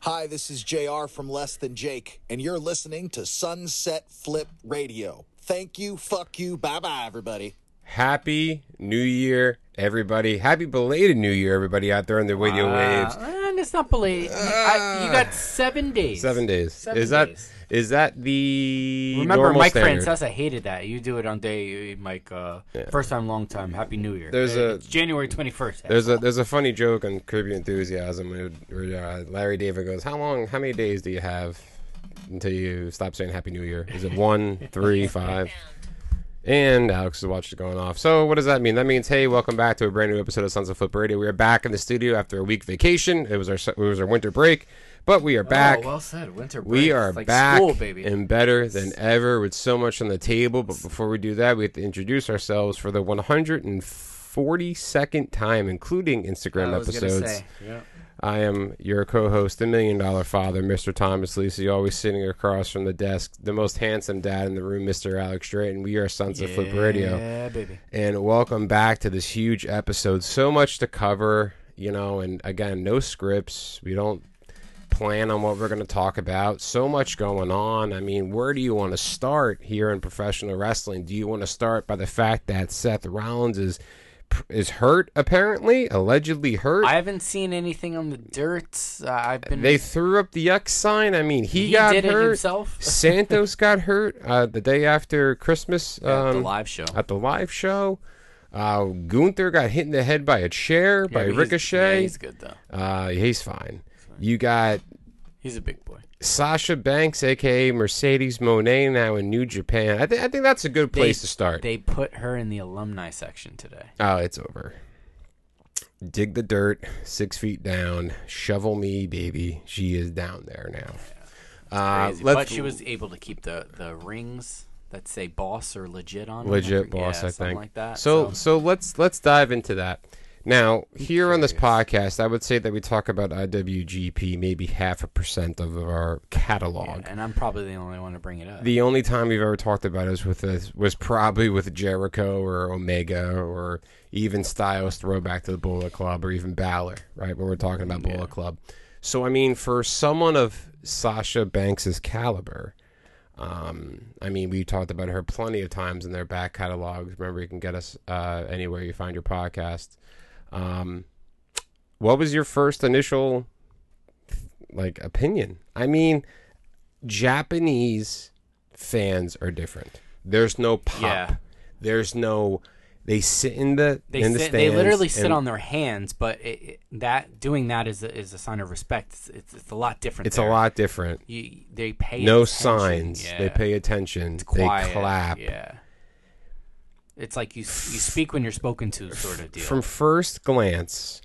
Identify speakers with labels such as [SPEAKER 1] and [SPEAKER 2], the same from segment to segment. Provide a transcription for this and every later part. [SPEAKER 1] Hi, this is JR from Less Than Jake, and you're listening to Sunset Flip Radio. Thank you, fuck you, bye bye, everybody.
[SPEAKER 2] Happy New Year, everybody. Happy belated New Year, everybody out there on the radio waves.
[SPEAKER 3] And it's Uh, not belated. I- you got seven days.
[SPEAKER 2] Uh, Seven days.
[SPEAKER 3] Seven
[SPEAKER 2] is that
[SPEAKER 3] days.
[SPEAKER 2] is that the
[SPEAKER 3] Remember,
[SPEAKER 2] normal
[SPEAKER 3] Mike
[SPEAKER 2] standard?
[SPEAKER 3] Francesa hated that. You do it on day, Mike. Uh, First time, long time. Happy New Year. Uh,
[SPEAKER 2] There's a-
[SPEAKER 3] it's January twenty first.
[SPEAKER 2] There's a there's a funny joke on Curb Your Enthusiasm where- where uh, Larry David goes, "How long? How many days do you have until you stop saying Happy New Year? Is it one, three, five? And Alex's watch is going off. So what does that mean? That means, hey, welcome back to a brand new episode of Sons of Flip Radio. We are back in the studio after a week vacation. It was our it was our winter break, but we are back.
[SPEAKER 3] Oh, well said. Winter break.
[SPEAKER 2] We are
[SPEAKER 3] It's like
[SPEAKER 2] back
[SPEAKER 3] School, baby.
[SPEAKER 2] and better than ever with so much on the table. But before we do that, we have to introduce ourselves for the 142nd time, including Instagram
[SPEAKER 3] I was gonna
[SPEAKER 2] episodes.
[SPEAKER 3] say. Yeah.
[SPEAKER 2] I am your co host, the million dollar father, Mr. Thomas Lisi, always sitting across from the desk, the most handsome dad in the room, Mr. Alex Drayton. We are Sons of Flip Radio
[SPEAKER 3] Yeah, baby.
[SPEAKER 2] and welcome back to this huge episode. So much to cover, you know, and again, no scripts. We don't plan on what we're going to talk about. So much going on. I mean, where do you want to start here in professional wrestling? Do you want to start by the fact that Seth Rollins is is hurt apparently, allegedly hurt?
[SPEAKER 3] I haven't seen anything on the dirt. Uh, I've been.
[SPEAKER 2] they threw up the X sign. I mean, he,
[SPEAKER 3] He
[SPEAKER 2] got
[SPEAKER 3] did it
[SPEAKER 2] hurt.
[SPEAKER 3] himself?
[SPEAKER 2] Santos got hurt uh, the day after Christmas.
[SPEAKER 3] at the
[SPEAKER 2] um,
[SPEAKER 3] live show.
[SPEAKER 2] at the live show. Uh, Gunther got hit in the head by a chair by
[SPEAKER 3] Yeah, but he's-
[SPEAKER 2] Ricochet.
[SPEAKER 3] yeah,
[SPEAKER 2] he's,
[SPEAKER 3] he's good though.
[SPEAKER 2] uh, he's fine. You got
[SPEAKER 3] He's a big boy.
[SPEAKER 2] Sasha Banks, aka Mercedes Monet, now in New Japan. I think I think that's a good place
[SPEAKER 3] They-
[SPEAKER 2] to start.
[SPEAKER 3] They put her in the alumni section today.
[SPEAKER 2] oh, it's over. Dig the dirt, six feet down. Shovel me, baby. She is down there now. Uh,
[SPEAKER 3] Crazy.
[SPEAKER 2] let's
[SPEAKER 3] but she was able to keep the, the rings that say boss or legit on. them.
[SPEAKER 2] legit
[SPEAKER 3] Yeah,
[SPEAKER 2] boss i
[SPEAKER 3] something
[SPEAKER 2] think
[SPEAKER 3] like that.
[SPEAKER 2] so, so let's let's dive into that now here on this podcast i would say that we talk about iwgp maybe half a percent of our catalog
[SPEAKER 3] and I'm probably the only one to bring it up.
[SPEAKER 2] the only time we've ever talked about it was with us was probably with Jericho or Omega or even Styles throwback to the Bullet Club or even Balor, right? When we're talking about Bullet Club. So I mean, for someone of Sasha Banks's caliber, um, I mean, we talked about her plenty of times in their back catalogs. Remember, you can get us uh, anywhere you find your podcast. Um, what was your first initial like opinion? I mean, Japanese fans are different. There's no pop.
[SPEAKER 3] Yeah.
[SPEAKER 2] There's no. They sit in the
[SPEAKER 3] they
[SPEAKER 2] in the
[SPEAKER 3] sit, they
[SPEAKER 2] stands
[SPEAKER 3] literally sit
[SPEAKER 2] and
[SPEAKER 3] on their hands, but it, it, that doing that is a, is a sign of respect. It's, it's, it's a lot different.
[SPEAKER 2] It's a
[SPEAKER 3] there.
[SPEAKER 2] lot different.
[SPEAKER 3] You, they pay
[SPEAKER 2] No
[SPEAKER 3] attention.
[SPEAKER 2] signs. They
[SPEAKER 3] Yeah.
[SPEAKER 2] pay attention.
[SPEAKER 3] Quiet.
[SPEAKER 2] They clap.
[SPEAKER 3] Yeah, it's like you you speak when you're spoken to, sort of deal.
[SPEAKER 2] From first glance,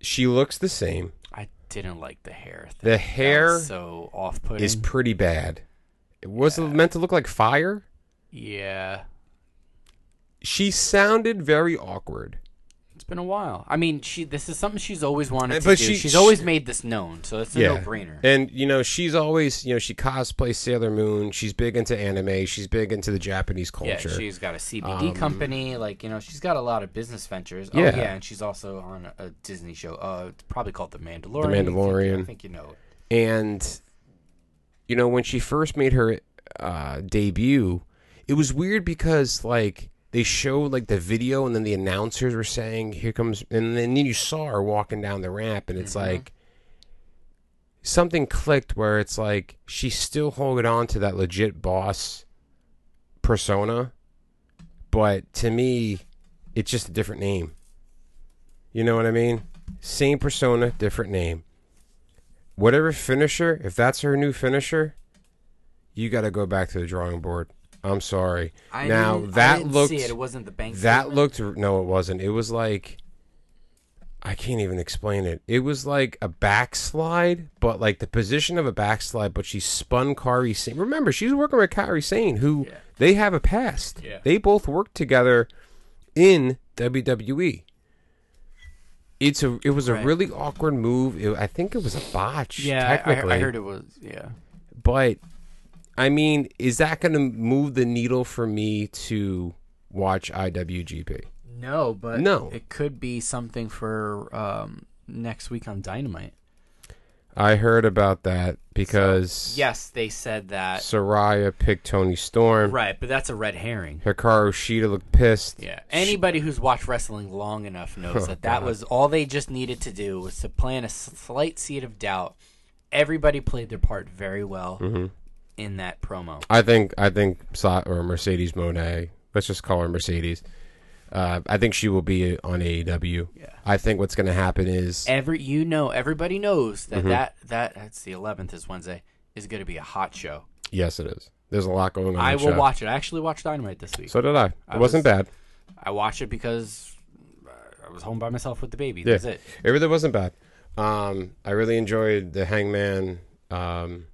[SPEAKER 2] she looks the same.
[SPEAKER 3] I didn't like the hair. Thing.
[SPEAKER 2] The
[SPEAKER 3] That
[SPEAKER 2] hair
[SPEAKER 3] was so off-putting.
[SPEAKER 2] is pretty bad. It was it meant to look like fire.
[SPEAKER 3] yeah.
[SPEAKER 2] She sounded very awkward.
[SPEAKER 3] It's been a while. I mean, she. This is something she's always wanted
[SPEAKER 2] Uh,
[SPEAKER 3] to
[SPEAKER 2] but
[SPEAKER 3] do.
[SPEAKER 2] she-
[SPEAKER 3] she's
[SPEAKER 2] she-
[SPEAKER 3] always made this known, so it's a no-brainer.
[SPEAKER 2] And you know, she's always you know she cosplays Sailor Moon. She's big into anime. She's big into the Japanese
[SPEAKER 3] yeah,
[SPEAKER 2] culture. Um,
[SPEAKER 3] she's got a CBD company. Like you know, she's got a lot of business ventures. Oh
[SPEAKER 2] Yeah.
[SPEAKER 3] yeah, and she's also on a, a Disney show. Uh, it's probably called The Mandalorian. I think,
[SPEAKER 2] Mandalorian.
[SPEAKER 3] I think you know. it.
[SPEAKER 2] and you know when she first made her uh, debut it was weird because like they showed like the video and then the announcers were saying here comes and then you saw her walking down the ramp and it's
[SPEAKER 3] Mm-hmm.
[SPEAKER 2] like something clicked where it's like she's still holding on to that legit boss persona but to me it's just a different name you know what i mean same persona different name whatever finisher, if that's her new finisher, you got to go back to the drawing board. I'm sorry.
[SPEAKER 3] I
[SPEAKER 2] now
[SPEAKER 3] didn't- I
[SPEAKER 2] that
[SPEAKER 3] didn't
[SPEAKER 2] looked
[SPEAKER 3] see it. It wasn't the bank.
[SPEAKER 2] that
[SPEAKER 3] statement.
[SPEAKER 2] looked no, it wasn't. It was like I can't even explain it. It was like a backslide, but like the position of a backslide. But she spun Kari Sane. Remember, she's working with Kari Sane, who they have a past.
[SPEAKER 3] Yeah.
[SPEAKER 2] They both worked together in WWE. It's a. It was a
[SPEAKER 3] Right.
[SPEAKER 2] really awkward move. It, I think it was a botch.
[SPEAKER 3] Yeah, I-
[SPEAKER 2] technically
[SPEAKER 3] I, I heard it was. Yeah,
[SPEAKER 2] but I mean, is that going to move the needle for me to watch IWGP?
[SPEAKER 3] no, but
[SPEAKER 2] No.
[SPEAKER 3] it could be something for um, next week on Dynamite.
[SPEAKER 2] I heard about that because
[SPEAKER 3] Yes, they said that.
[SPEAKER 2] Soraya picked Tony Storm.
[SPEAKER 3] Right, but that's a red herring.
[SPEAKER 2] Hikaru Shida looked pissed.
[SPEAKER 3] Yeah. Anybody who's watched wrestling long enough knows that that was all they just needed to do was to plant a s- slight seed of doubt. Everybody played their part very well
[SPEAKER 2] Mm-hmm.
[SPEAKER 3] in that promo.
[SPEAKER 2] I think I think Sa- or Mercedes Monet. Let's just call her Mercedes. Uh, I think she will be on AEW. Yeah. I think what's going to happen is
[SPEAKER 3] Every you know, everybody knows
[SPEAKER 2] Mm-hmm.
[SPEAKER 3] that that, that that's the 11th is Wednesday is going to be a hot show.
[SPEAKER 2] yes, it is. There's a lot going on.
[SPEAKER 3] I
[SPEAKER 2] in the
[SPEAKER 3] will
[SPEAKER 2] show.
[SPEAKER 3] watch it. I actually watched Dynamite this week.
[SPEAKER 2] So did I. It wasn't bad.
[SPEAKER 3] I watched it because uh, I was home by myself with the baby.
[SPEAKER 2] Yeah.
[SPEAKER 3] That's it.
[SPEAKER 2] It really wasn't bad. Um, I really enjoyed the Hangman um,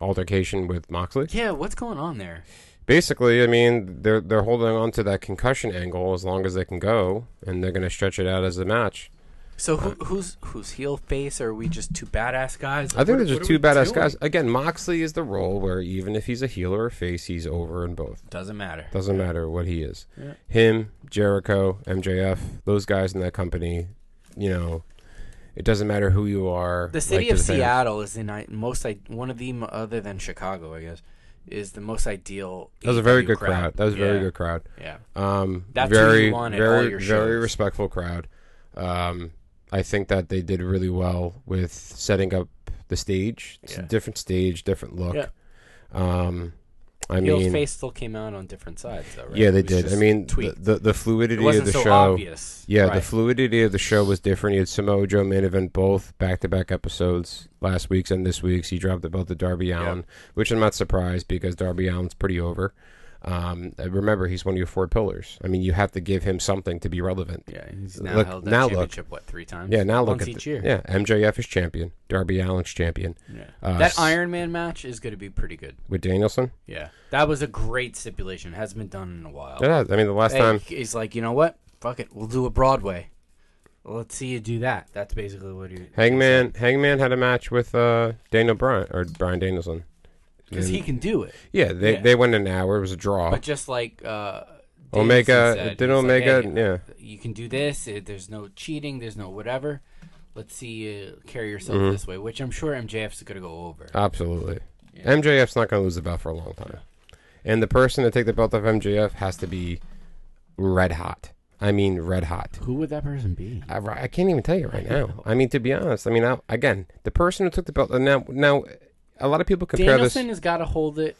[SPEAKER 2] altercation with Moxley.
[SPEAKER 3] Yeah, what's going on there?
[SPEAKER 2] Basically, I mean, they're they're holding on to that concussion angle as long as they can go, and they're going to stretch it out as a match.
[SPEAKER 3] So who, who's who's heel face? Are we just two badass guys?
[SPEAKER 2] Uh, I think there's
[SPEAKER 3] What- what
[SPEAKER 2] just
[SPEAKER 3] are
[SPEAKER 2] two
[SPEAKER 3] we
[SPEAKER 2] badass
[SPEAKER 3] doing?
[SPEAKER 2] guys. Again, Moxley is the role where even if he's a heel or a face, he's over in both.
[SPEAKER 3] Doesn't matter.
[SPEAKER 2] Doesn't matter what he is. Him, Jericho, MJF, those guys in that company, you know, it doesn't matter who you are.
[SPEAKER 3] The city
[SPEAKER 2] like
[SPEAKER 3] of
[SPEAKER 2] to fans.
[SPEAKER 3] Seattle is the ni- most i- one of the mo- other than Chicago, I guess, is the most ideal.
[SPEAKER 2] That was a very good crowd. That was a very
[SPEAKER 3] Yeah.
[SPEAKER 2] good crowd.
[SPEAKER 3] Yeah,
[SPEAKER 2] Um,
[SPEAKER 3] That's who you
[SPEAKER 2] very,
[SPEAKER 3] want at all
[SPEAKER 2] very,
[SPEAKER 3] your
[SPEAKER 2] very
[SPEAKER 3] shows.
[SPEAKER 2] respectful crowd. Um, I think that they did really well with setting up the stage. It's a
[SPEAKER 3] Yeah.
[SPEAKER 2] different stage, different look.
[SPEAKER 3] Yeah.
[SPEAKER 2] Um, I
[SPEAKER 3] Heel's
[SPEAKER 2] mean,
[SPEAKER 3] face still came out on different sides, though. Right?
[SPEAKER 2] yeah, they
[SPEAKER 3] It was
[SPEAKER 2] did. I
[SPEAKER 3] just
[SPEAKER 2] mean, the,
[SPEAKER 3] tweaked.
[SPEAKER 2] the the fluidity
[SPEAKER 3] it wasn't
[SPEAKER 2] of the
[SPEAKER 3] so
[SPEAKER 2] show.
[SPEAKER 3] obvious.
[SPEAKER 2] Yeah, the
[SPEAKER 3] Right.
[SPEAKER 2] fluidity of the show was different. You had Samoa Joe main event both back to back episodes last week's and this week's. He dropped the belt to Darby Allen, which I'm not surprised because Darby Allen's pretty over. Um, and remember, he's one of your four pillars. I mean, you have to give him something to be relevant.
[SPEAKER 3] yeah, he's now
[SPEAKER 2] Look-
[SPEAKER 3] held that
[SPEAKER 2] now look.
[SPEAKER 3] championship what three times?
[SPEAKER 2] Yeah, now look
[SPEAKER 3] once
[SPEAKER 2] at
[SPEAKER 3] each
[SPEAKER 2] the-
[SPEAKER 3] year.
[SPEAKER 2] Yeah, MJF is champion. Darby Allen's champion
[SPEAKER 3] Yeah.
[SPEAKER 2] Uh,
[SPEAKER 3] that
[SPEAKER 2] s-
[SPEAKER 3] Iron Man match is going to be pretty good.
[SPEAKER 2] with Danielson.
[SPEAKER 3] Yeah, that was a great stipulation. Hasn't been done in a while.
[SPEAKER 2] Yeah, I mean, the last
[SPEAKER 3] Oh. Hey,
[SPEAKER 2] time
[SPEAKER 3] he's like, you know what? Fuck it, we'll do a Broadway. Let's see you do that. That's basically what he.
[SPEAKER 2] Hangman Hangman had a match with uh, Daniel Bryan or Brian Danielson.
[SPEAKER 3] because he can do it.
[SPEAKER 2] Yeah, they
[SPEAKER 3] Yeah.
[SPEAKER 2] they went an hour. It was a draw.
[SPEAKER 3] But just like uh, Danielson
[SPEAKER 2] Omega-
[SPEAKER 3] said,
[SPEAKER 2] did
[SPEAKER 3] he's
[SPEAKER 2] Omega-
[SPEAKER 3] like,
[SPEAKER 2] yeah.
[SPEAKER 3] you can do this. It, there's no cheating. There's no whatever. Let's see you carry yourself
[SPEAKER 2] Mm-hmm.
[SPEAKER 3] this way, which I'm sure MJF's gonna go over.
[SPEAKER 2] Absolutely. MJF's not going to lose the belt for a long time. And the person to take the belt off MJF has to be red hot. I mean, red hot.
[SPEAKER 3] Who would that person be?
[SPEAKER 2] I, I can't even tell you right now. I mean, to be honest, I mean, I, again, the person who took the belt, now, now, a lot of people compare
[SPEAKER 3] Danielson has got to hold it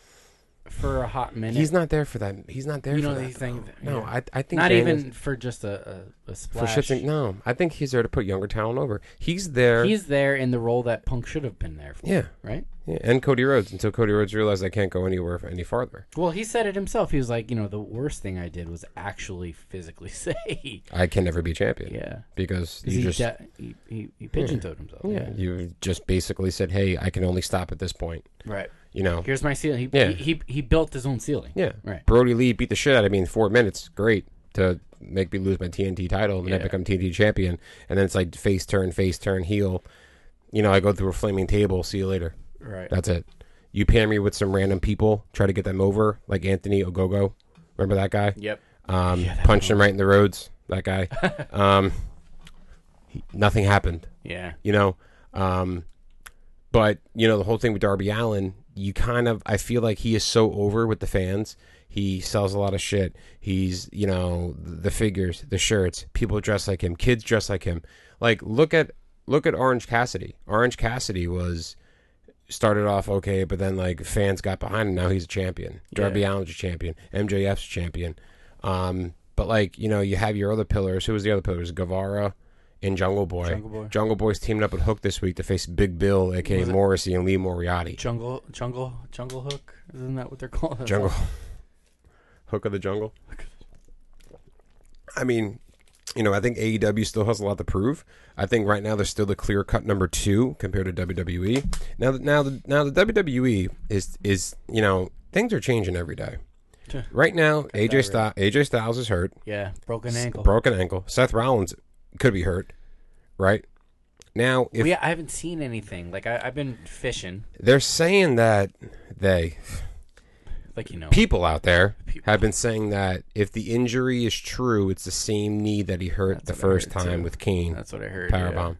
[SPEAKER 3] for a hot minute.
[SPEAKER 2] this. He's not there for that. He's not there
[SPEAKER 3] you
[SPEAKER 2] for
[SPEAKER 3] know
[SPEAKER 2] that.
[SPEAKER 3] he's saying
[SPEAKER 2] though. no, I, I think
[SPEAKER 3] not
[SPEAKER 2] Daniels-
[SPEAKER 3] even for just a, a,
[SPEAKER 2] for
[SPEAKER 3] a splash.
[SPEAKER 2] shits and- No, I think he's there to put younger talent over. He's there.
[SPEAKER 3] He's there in the role that Punk should have been there for.
[SPEAKER 2] yeah,
[SPEAKER 3] Right.
[SPEAKER 2] yeah, and Cody Rhodes until Cody Rhodes realized I can't go anywhere f- any farther.
[SPEAKER 3] Well, he said it himself. He was like, you know, the worst thing I did was actually physically say.
[SPEAKER 2] I can never be champion.
[SPEAKER 3] Yeah.
[SPEAKER 2] because
[SPEAKER 3] Because
[SPEAKER 2] you
[SPEAKER 3] he,
[SPEAKER 2] just
[SPEAKER 3] de- he, he, he pigeon toed himself.
[SPEAKER 2] Yeah, you just basically said, "Hey, I can only stop at this point."
[SPEAKER 3] Right.
[SPEAKER 2] You know.
[SPEAKER 3] Here's my ceiling. He,
[SPEAKER 2] Yeah.
[SPEAKER 3] he, he, he built his own ceiling.
[SPEAKER 2] yeah.
[SPEAKER 3] Right.
[SPEAKER 2] Brody Lee beat the shit out of me in four minutes. Great to make me lose my TNT title, and then I
[SPEAKER 3] Yeah.
[SPEAKER 2] become TNT champion. And then it's like face turn, face turn, heel. You know, I go through a flaming table. See you later.
[SPEAKER 3] Right.
[SPEAKER 2] That's it. You pair me with some random people, try to get them over, like Anthony Ogogo. Remember that guy?
[SPEAKER 3] yep.
[SPEAKER 2] Um, punched him right in the roads. That guy. um, he- nothing happened.
[SPEAKER 3] Yeah.
[SPEAKER 2] you know. Um, but you know the whole thing with Darby Allen, you kind of I feel like he is so over with the fans. He sells a lot of shit. He's you know the figures, the shirts, people dress like him, kids dress like him. Like look at look at Orange Cassidy. Orange Cassidy was started off okay, but then like fans got behind him. Now he's a champion. Darby Allen's a champion. MJF's a champion. Um, but like you know, you have your other pillars. Who was the other pillars? Guevara and Jungle Boy.
[SPEAKER 3] Jungle Boy.
[SPEAKER 2] Jungle Boy's teaming up with Hook this week to face Big Bill, aka Morrissey, and Lee Moriarty.
[SPEAKER 3] Jungle, jungle, jungle hook. Isn't that what they're called?
[SPEAKER 2] Jungle. Hook of the Jungle. I mean, you know, I think AEW still has a lot to prove. I think right now they're still the clear cut number two compared to WWE. Now, that now, the, now the WWE is is you know things are changing every day.
[SPEAKER 3] Sure.
[SPEAKER 2] Right now, AJ Styles, AJ Styles is hurt,
[SPEAKER 3] Yeah. Broken ankle.
[SPEAKER 2] broken ankle. Seth Rollins could be hurt, right? Now, if
[SPEAKER 3] Well, yeah, I haven't seen anything. Like I, I've been fishing,
[SPEAKER 2] they're saying that they
[SPEAKER 3] like you know.
[SPEAKER 2] people out there have been saying that if the injury is true, it's the same knee that he hurt the
[SPEAKER 3] what I
[SPEAKER 2] first
[SPEAKER 3] heard,
[SPEAKER 2] time
[SPEAKER 3] too.
[SPEAKER 2] with Kane
[SPEAKER 3] That's what I heard. yeah.
[SPEAKER 2] powerbomb.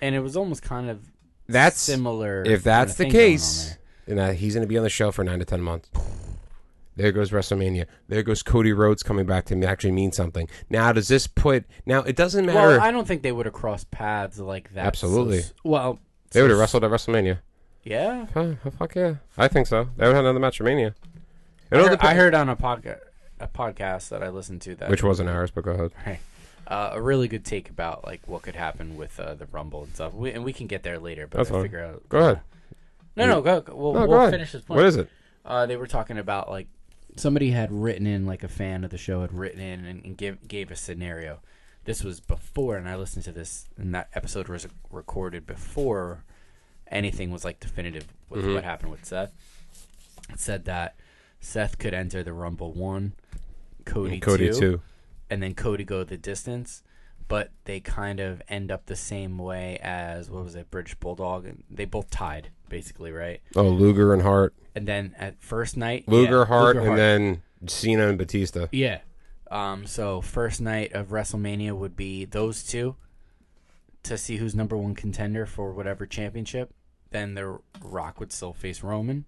[SPEAKER 3] And it was almost kind of
[SPEAKER 2] that's
[SPEAKER 3] similar
[SPEAKER 2] If that's
[SPEAKER 3] kinda
[SPEAKER 2] the
[SPEAKER 3] thing going on
[SPEAKER 2] case,
[SPEAKER 3] there.
[SPEAKER 2] then uh, he's going to be on the shelf for nine to ten months. There goes WrestleMania. There goes Cody Rhodes coming back to me actually mean something. Now does this put? Now it doesn't matter.
[SPEAKER 3] Well, I don't think they would have crossed paths like that. so
[SPEAKER 2] Absolutely.
[SPEAKER 3] s- well,
[SPEAKER 2] they would have wrestled at WrestleMania.
[SPEAKER 3] yeah.
[SPEAKER 2] Huh, oh, fuck yeah, I think so. They would have another match at Mania. It
[SPEAKER 3] I
[SPEAKER 2] all
[SPEAKER 3] heard, I
[SPEAKER 2] depends-
[SPEAKER 3] heard on a podcast, a podcast that I listened to that
[SPEAKER 2] which wasn't ours, but go ahead.
[SPEAKER 3] uh, a really good take about like what could happen with uh, the Rumble and stuff. We, and we can get there later, but
[SPEAKER 2] That's
[SPEAKER 3] I'll
[SPEAKER 2] fine.
[SPEAKER 3] figure out.
[SPEAKER 2] Go ahead.
[SPEAKER 3] No, no, go. go. We'll,
[SPEAKER 2] No, go
[SPEAKER 3] we'll
[SPEAKER 2] ahead.
[SPEAKER 3] finish this point.
[SPEAKER 2] What is it?
[SPEAKER 3] Uh, they were talking about like somebody had written in like a fan of the show had written in and, and give, gave a scenario. This was before, and I listened to this, and that episode was recorded before anything was like definitive with
[SPEAKER 2] Mm-hmm.
[SPEAKER 3] what happened with Seth. It said that Seth could enter the Rumble one, Cody,
[SPEAKER 2] Cody too.
[SPEAKER 3] and then Cody go the distance, but they kind of end up the same way as what was it, British Bulldog, and they both tied basically, right?
[SPEAKER 2] Oh, Luger and Hart.
[SPEAKER 3] And then at first night,
[SPEAKER 2] Luger,
[SPEAKER 3] yeah,
[SPEAKER 2] Hart, and then Cena and Batista.
[SPEAKER 3] yeah. Um, so first night of WrestleMania would be those two to see who's number one contender for whatever championship. Then the Rock would still face Roman,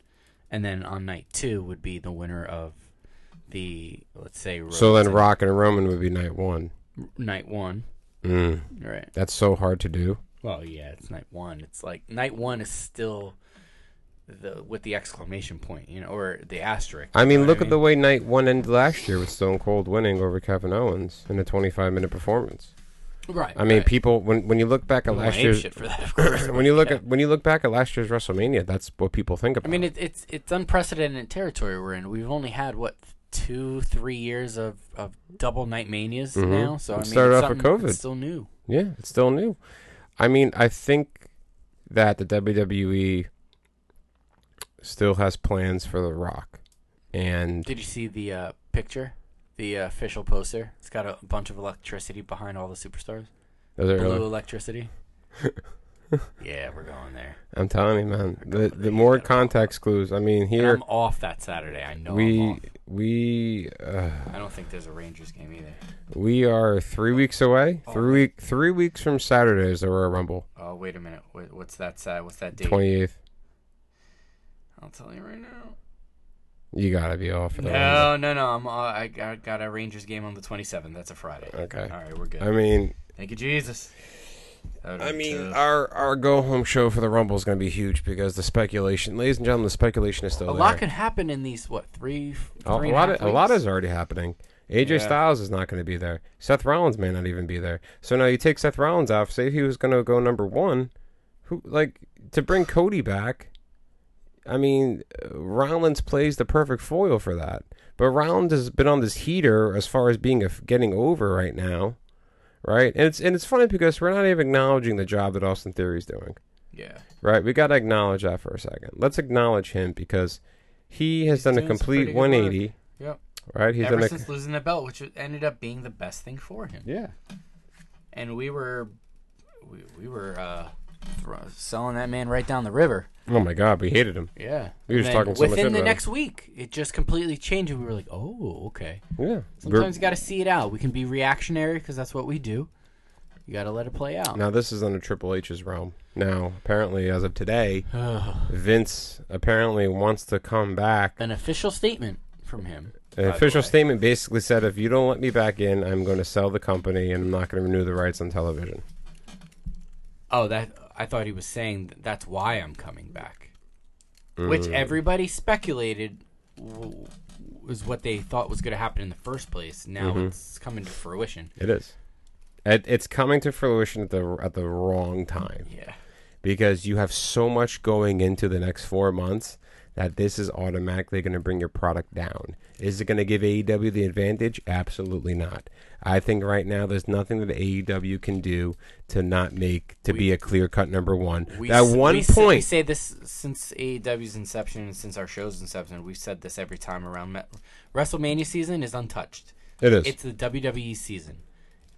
[SPEAKER 3] and then on night two would be the winner of the let's say
[SPEAKER 2] So
[SPEAKER 3] Rhodes
[SPEAKER 2] then
[SPEAKER 3] and-
[SPEAKER 2] Rock and Roman would be night one.
[SPEAKER 3] night one,
[SPEAKER 2] Mm,
[SPEAKER 3] right?
[SPEAKER 2] that's so hard to do.
[SPEAKER 3] Well, yeah, it's night one. It's like night one is still the with the exclamation point, you know, or the asterisk.
[SPEAKER 2] I
[SPEAKER 3] you
[SPEAKER 2] mean,
[SPEAKER 3] know what
[SPEAKER 2] look at the way night one ended last year with Stone Cold winning over Kevin Owens in a 25 minute performance.
[SPEAKER 3] right.
[SPEAKER 2] I mean,
[SPEAKER 3] right.
[SPEAKER 2] people when when you look back at
[SPEAKER 3] Well, I
[SPEAKER 2] last
[SPEAKER 3] hate
[SPEAKER 2] year's
[SPEAKER 3] shit for that, of course.
[SPEAKER 2] when you look
[SPEAKER 3] Yeah.
[SPEAKER 2] at when you look back at last year's WrestleMania, that's what people think about.
[SPEAKER 3] I mean, it, it's it's unprecedented territory we're in. We've only had what two, three years of, of double night manias now. So I
[SPEAKER 2] It
[SPEAKER 3] mean,
[SPEAKER 2] Mm-hmm. started
[SPEAKER 3] it's
[SPEAKER 2] off with
[SPEAKER 3] something that's
[SPEAKER 2] COVID.
[SPEAKER 3] still new.
[SPEAKER 2] Yeah, it's still new. I mean, I think that the WWE still has plans for The Rock, and
[SPEAKER 3] Did you see the uh, picture? The uh, official poster. It's got a bunch of electricity behind all the superstars.
[SPEAKER 2] those are
[SPEAKER 3] Blue
[SPEAKER 2] really-
[SPEAKER 3] electricity. yeah, we're going there.
[SPEAKER 2] I'm telling you, man, the the more context clues. I mean,
[SPEAKER 3] And
[SPEAKER 2] here
[SPEAKER 3] I'm off that Saturday. I know. I'm
[SPEAKER 2] we
[SPEAKER 3] off.
[SPEAKER 2] we uh,
[SPEAKER 3] I don't think there's a Rangers game either.
[SPEAKER 2] we are three weeks away. Three week three weeks from Saturday is the Royal Rumble,
[SPEAKER 3] Oh wait a minute. Wait, what's that? Sat? What's that date?
[SPEAKER 2] twenty eighth.
[SPEAKER 3] I'll tell you right now.
[SPEAKER 2] You gotta be off. For the Rumble.
[SPEAKER 3] No, no, no. I'm. Uh, I got, got a Rangers game on the 27th. That's a Friday.
[SPEAKER 2] Okay.
[SPEAKER 3] All right, we're good.
[SPEAKER 2] I mean,
[SPEAKER 3] Thank you, Jesus.
[SPEAKER 2] I mean, our our go home show for the Rumble is going to be huge because the speculation, ladies and gentlemen, the speculation is still
[SPEAKER 3] a
[SPEAKER 2] there.
[SPEAKER 3] lot can happen in these what three, f-
[SPEAKER 2] a, a
[SPEAKER 3] three and
[SPEAKER 2] lot,
[SPEAKER 3] half
[SPEAKER 2] of, a lot
[SPEAKER 3] weeks?
[SPEAKER 2] is already happening. AJ
[SPEAKER 3] Yeah.
[SPEAKER 2] Styles is not going to be there. Seth Rollins may not even be there. So now you take Seth Rollins off. Say he was going to go number one, who like to bring Cody back. I mean, uh, Rollins plays the perfect foil for that. But Rollins has been on this heater as far as being a, getting over right now, right? And it's and it's funny because we're not even acknowledging the job that Austin Theory's doing.
[SPEAKER 3] yeah.
[SPEAKER 2] Right, we got to acknowledge that for a second. Let's acknowledge him because he has done a
[SPEAKER 3] doing some pretty
[SPEAKER 2] complete
[SPEAKER 3] good work.
[SPEAKER 2] 180.
[SPEAKER 3] Yep.
[SPEAKER 2] Right, he's
[SPEAKER 3] Ever
[SPEAKER 2] done a
[SPEAKER 3] since losing the belt, which ended up being the best thing for him,
[SPEAKER 2] yeah.
[SPEAKER 3] and we were, we, we were uh, thro- selling that man right down the river.
[SPEAKER 2] Oh my God, we hated him.
[SPEAKER 3] Yeah.
[SPEAKER 2] We were just talking so much
[SPEAKER 3] within
[SPEAKER 2] shit
[SPEAKER 3] the
[SPEAKER 2] about
[SPEAKER 3] next week, it just completely changed, and we were like, oh, okay.
[SPEAKER 2] Yeah, We're-
[SPEAKER 3] Sometimes you got to see it out. We can be reactionary because that's what we do. You got to let it play out.
[SPEAKER 2] now this is under Triple H's realm. Now, apparently, as of today, Vince apparently wants to come back.
[SPEAKER 3] An official statement from him.
[SPEAKER 2] An official statement basically said, "If you don't let me back in, I'm going to sell the company and I'm not going to renew the rights on television."
[SPEAKER 3] Oh, that I thought he was saying that that's why I'm coming back,
[SPEAKER 2] Mm.
[SPEAKER 3] which everybody speculated w- was what they thought was going to happen in the first place. Now
[SPEAKER 2] Mm-hmm.
[SPEAKER 3] it's coming to fruition.
[SPEAKER 2] It is. It, it's coming to fruition at the at the wrong time.
[SPEAKER 3] Yeah.
[SPEAKER 2] because you have so much going into the next four months that this is automatically going to bring your product down. Is it going to give AEW the advantage? Absolutely not. I think right now there's nothing that AEW can do to not make to be a clear cut number one. At
[SPEAKER 3] s-
[SPEAKER 2] one
[SPEAKER 3] we s- we
[SPEAKER 2] point,
[SPEAKER 3] say this since AEW's inception and since our show's inception. We've said this every time around. Met- WrestleMania season is untouched.
[SPEAKER 2] It is.
[SPEAKER 3] It's the WWE season.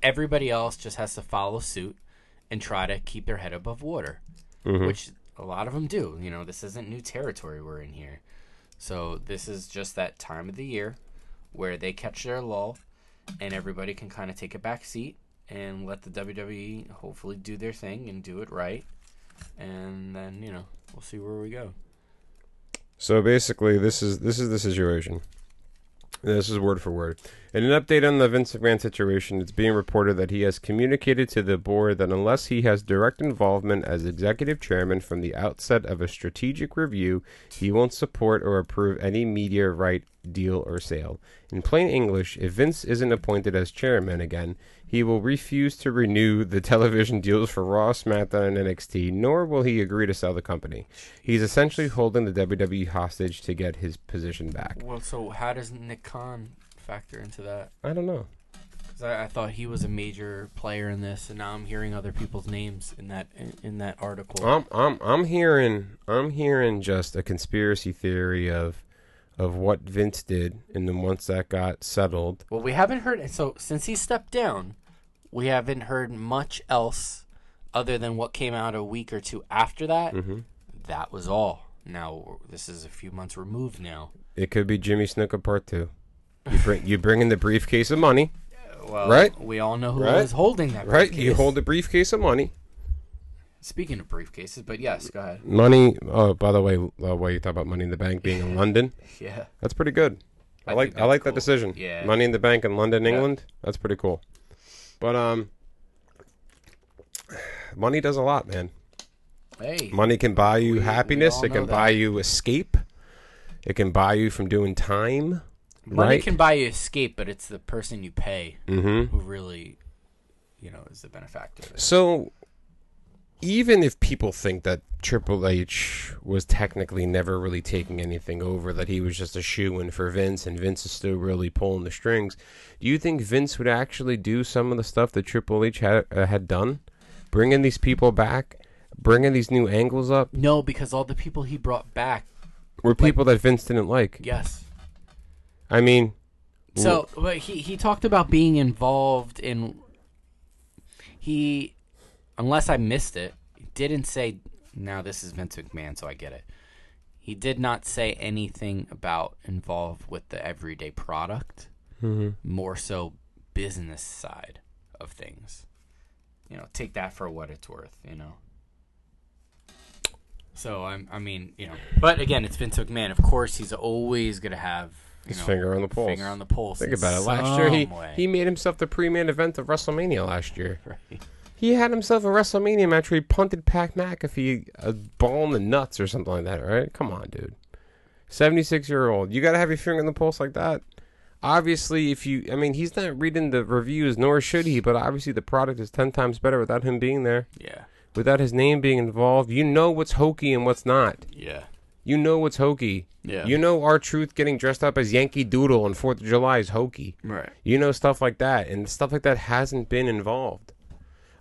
[SPEAKER 3] Everybody else just has to follow suit and try to keep their head above water,
[SPEAKER 2] Mm-hmm.
[SPEAKER 3] which a lot of them do. You know, this isn't new territory we're in here. So this is just that time of the year where they catch their lull and everybody can E kind of take a back seat and let the WWE hopefully do their thing and do it right and then you know we'll see where we go.
[SPEAKER 2] So basically, this is this is the situation. This is word for word. In an update on the Vince McMahon situation, it's being reported that he has communicated to the board that unless he has direct involvement as executive chairman from the outset of a strategic review, he won't support or approve any media right deal or sale. In plain English, if Vince isn't appointed as chairman again, he will refuse to renew the television deals for Raw, SmackDown, and NXT, nor will he agree to sell the company. He's essentially holding the WWE hostage to get his position back.
[SPEAKER 3] Well, so how does Nick Khan factor into that?
[SPEAKER 2] I don't know.
[SPEAKER 3] Because I, I thought he was a major player in this, and now I'm hearing other people's names in that in, in that article.
[SPEAKER 2] I'm I'm I'm hearing I'm hearing just a conspiracy theory of of what Vince did, and then once that got settled,
[SPEAKER 3] Well, we haven't heard so since he stepped down, we haven't heard much else other than what came out a week or two after that.
[SPEAKER 2] Mm-hmm.
[SPEAKER 3] That was all. Now this is a few months removed now.
[SPEAKER 2] it could be Jimmy Snuka part two. You bring you bring in the briefcase of money,
[SPEAKER 3] Well,
[SPEAKER 2] Right.
[SPEAKER 3] We all know who
[SPEAKER 2] Right.
[SPEAKER 3] was holding that.
[SPEAKER 2] right?
[SPEAKER 3] Briefcase.
[SPEAKER 2] You hold the briefcase of money.
[SPEAKER 3] Speaking of briefcases, but yes, go ahead.
[SPEAKER 2] Money. Oh, by the way, uh, while you talk about Money in the Bank being in London,
[SPEAKER 3] Yeah.
[SPEAKER 2] that's pretty good. I,
[SPEAKER 3] I
[SPEAKER 2] like
[SPEAKER 3] think
[SPEAKER 2] I like
[SPEAKER 3] that's
[SPEAKER 2] that
[SPEAKER 3] cool.
[SPEAKER 2] decision.
[SPEAKER 3] Yeah.
[SPEAKER 2] Money in the Bank in London, England. That's pretty cool. But um, money does a lot, man.
[SPEAKER 3] Hey.
[SPEAKER 2] Money can buy you
[SPEAKER 3] We- we
[SPEAKER 2] happiness.
[SPEAKER 3] all
[SPEAKER 2] It
[SPEAKER 3] know
[SPEAKER 2] can
[SPEAKER 3] that.
[SPEAKER 2] buy you escape. It can buy you from doing time.
[SPEAKER 3] Money
[SPEAKER 2] right?
[SPEAKER 3] can buy you escape, but it's the person you pay who really, you know, is the benefactor. of it.
[SPEAKER 2] So, even if people think that Triple H was technically never really taking anything over, that he was just a shoe in for Vince, and Vince is still really pulling the strings, do you think Vince would actually do some of the stuff that Triple H had, uh, had done? Bringing these people back, bringing these new angles up,
[SPEAKER 3] No, because all the people he brought back,
[SPEAKER 2] were people that Vince didn't like.
[SPEAKER 3] yes.
[SPEAKER 2] I mean,
[SPEAKER 3] So, but he he talked about being involved in. He, unless I missed it, didn't say. Now this is Vince McMahon, so I get it. He did not say anything about involved with the everyday product, more so business side of things. You know, take that for what it's worth. You know. So I'm, I mean, you know, but again, it's Vince McMahon. Of course, he's always gonna have you
[SPEAKER 2] His
[SPEAKER 3] know,
[SPEAKER 2] finger on the pulse.
[SPEAKER 3] Finger on the pulse.
[SPEAKER 2] think
[SPEAKER 3] in
[SPEAKER 2] about it. Last
[SPEAKER 3] some
[SPEAKER 2] year, he,
[SPEAKER 3] way.
[SPEAKER 2] he made himself the pre main event of WrestleMania last year.
[SPEAKER 3] Right.
[SPEAKER 2] He had himself a WrestleMania match where he punted Pac McAfee a ball in the nuts or something like that, right? Come on, dude. 76 year old. You got to have your finger on the pulse like that. Obviously, if you, I mean, he's not reading the reviews, nor should he, but obviously the product is 10 times better without him being there,
[SPEAKER 3] Yeah.
[SPEAKER 2] without his name being involved. You know what's hokey and what's not.
[SPEAKER 3] Yeah.
[SPEAKER 2] You know what's hokey.
[SPEAKER 3] Yeah.
[SPEAKER 2] You know our truth getting dressed up as Yankee Doodle on 4th of July is hokey.
[SPEAKER 3] Right.
[SPEAKER 2] You know, stuff like that. And stuff like that hasn't been involved.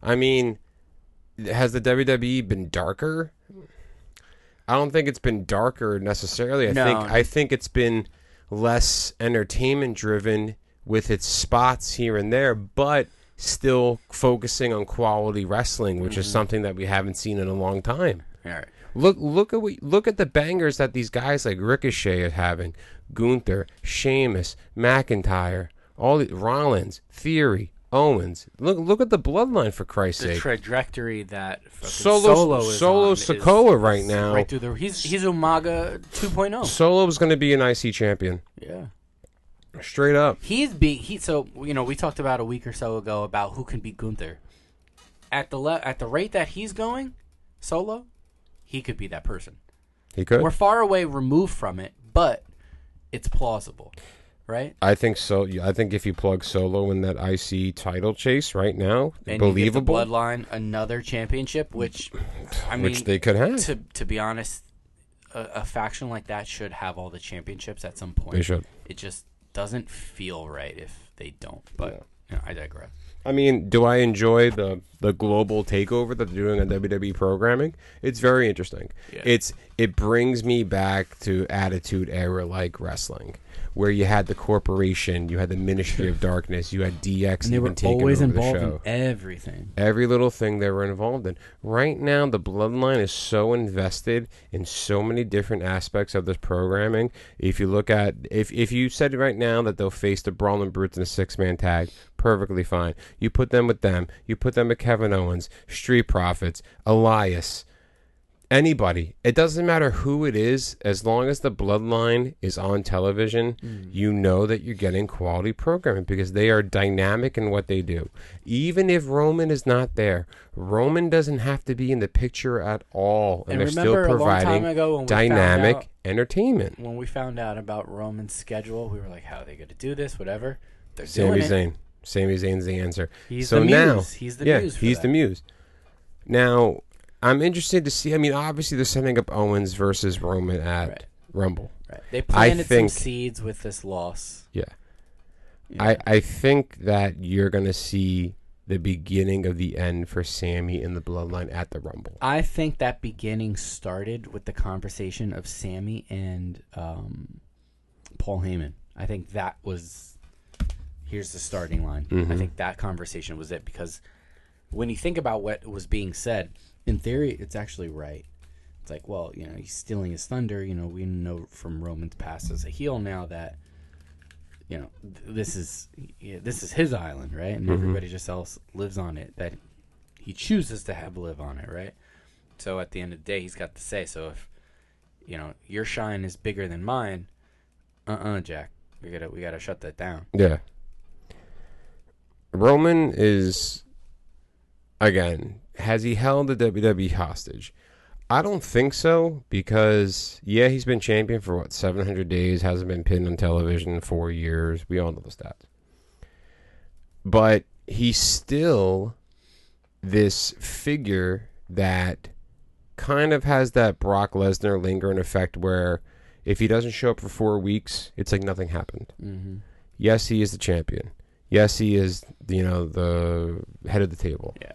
[SPEAKER 2] I mean, has the WWE been darker? I don't think it's been darker necessarily. I
[SPEAKER 3] No.
[SPEAKER 2] think I think it's been less entertainment driven with its spots here and there, but still focusing on quality wrestling, which is something that we haven't seen in a long time.
[SPEAKER 3] All right.
[SPEAKER 2] Look look at what, look at the bangers that these guys like Ricochet are having. Gunther, Sheamus, McIntyre, all the, Rollins, Theory, Owens. Look look at the bloodline for Christ's
[SPEAKER 3] The
[SPEAKER 2] sake.
[SPEAKER 3] trajectory that fucking
[SPEAKER 2] Solo-
[SPEAKER 3] solo
[SPEAKER 2] Solo
[SPEAKER 3] is on is-
[SPEAKER 2] Sokoa right now.
[SPEAKER 3] Right through the he's he's Umaga 2.0.
[SPEAKER 2] Solo is going to be an IC champion,
[SPEAKER 3] Yeah.
[SPEAKER 2] straight up.
[SPEAKER 3] He's being he so you know we talked about a week or so ago about who can beat Gunther. At the le- at the rate that he's going, solo, he could be that person.
[SPEAKER 2] He could.
[SPEAKER 3] We're far away removed from it, but it's plausible, right?
[SPEAKER 2] I think so. I think if you plug Solo in that IC title chase right now,
[SPEAKER 3] And you give the
[SPEAKER 2] believable,
[SPEAKER 3] bloodline another championship, which I mean,
[SPEAKER 2] which they could have.
[SPEAKER 3] to to be honest, a, a faction like that should have all the championships at some point.
[SPEAKER 2] They should.
[SPEAKER 3] It just doesn't feel right if they don't. But you know, I digress.
[SPEAKER 2] I mean, do I enjoy the the global takeover that they're doing on WWE programming? It's very interesting. It's it brings me back to Attitude Era like wrestling, where you had the corporation, you had the Ministry of Darkness, you had DX,
[SPEAKER 3] And they were
[SPEAKER 2] even taking
[SPEAKER 3] always
[SPEAKER 2] over
[SPEAKER 3] involved
[SPEAKER 2] the show
[SPEAKER 3] in everything.
[SPEAKER 2] every little thing they were involved in. Right now, the bloodline is so invested in so many different aspects of this programming. If you look at, if if you said right now that they'll face the Brawling Brutes in a six man tag, perfectly fine. You put them with them. You put them with Kevin Owens, Street Profits, Elias. anybody. It doesn't matter who it is, as long as the bloodline is on television,
[SPEAKER 3] Mm.
[SPEAKER 2] you know that you're getting quality programming because they are dynamic in what they do. Even if Roman is not there, Roman doesn't have to be in the picture at all, and,
[SPEAKER 3] And
[SPEAKER 2] they're
[SPEAKER 3] remember a
[SPEAKER 2] still
[SPEAKER 3] long time
[SPEAKER 2] providing
[SPEAKER 3] ago when we found
[SPEAKER 2] dynamic
[SPEAKER 3] out-
[SPEAKER 2] entertainment.
[SPEAKER 3] When we found out about Roman's schedule, we were like, "How are they going to do this? Whatever." They're
[SPEAKER 2] Sami
[SPEAKER 3] doing it.
[SPEAKER 2] Zayn. Sami Zayn's the answer.
[SPEAKER 3] He's
[SPEAKER 2] so
[SPEAKER 3] the
[SPEAKER 2] now,
[SPEAKER 3] muse. He's the
[SPEAKER 2] yeah,
[SPEAKER 3] muse for
[SPEAKER 2] he's the
[SPEAKER 3] that.
[SPEAKER 2] muse. Now, I'm interested to see. I mean, obviously they're setting up Owens versus Roman at
[SPEAKER 3] Right.
[SPEAKER 2] Rumble.
[SPEAKER 3] Right. They planted
[SPEAKER 2] think-
[SPEAKER 3] some seeds with this loss.
[SPEAKER 2] Yeah. I I think that you're gonna see the beginning of the end for Sammy in the Bloodline at the Rumble.
[SPEAKER 3] I think that beginning started with the conversation of Sammy and um, Paul Heyman. I think that was here's the starting line. I think that conversation was it because when you think about what was being said, in theory, it's actually right. It's like, well, you know, he's stealing his thunder. You know, we know from Roman's past as a heel now that you know th- this is yeah, this is his island, right? And everybody just else lives on it. That he chooses to have live on it, right? So at the end of the day, he's got to say. So if you know your shine is bigger than mine, uh uh Jack, we gotta we gotta shut that down.
[SPEAKER 2] Yeah. Roman is again, has he held the WWE hostage? I don't think so because yeah, he's been champion for what 700 days, hasn't been pinned on television in 4 years. We all know the stats. But he's still this figure that kind of has that Brock Lesnar lingering effect where if he doesn't show up for 4 weeks, it's like nothing happened.
[SPEAKER 3] Mm-hmm.
[SPEAKER 2] Yes, he is the champion. Yes, he is, you know, the head of the table.
[SPEAKER 3] Yeah.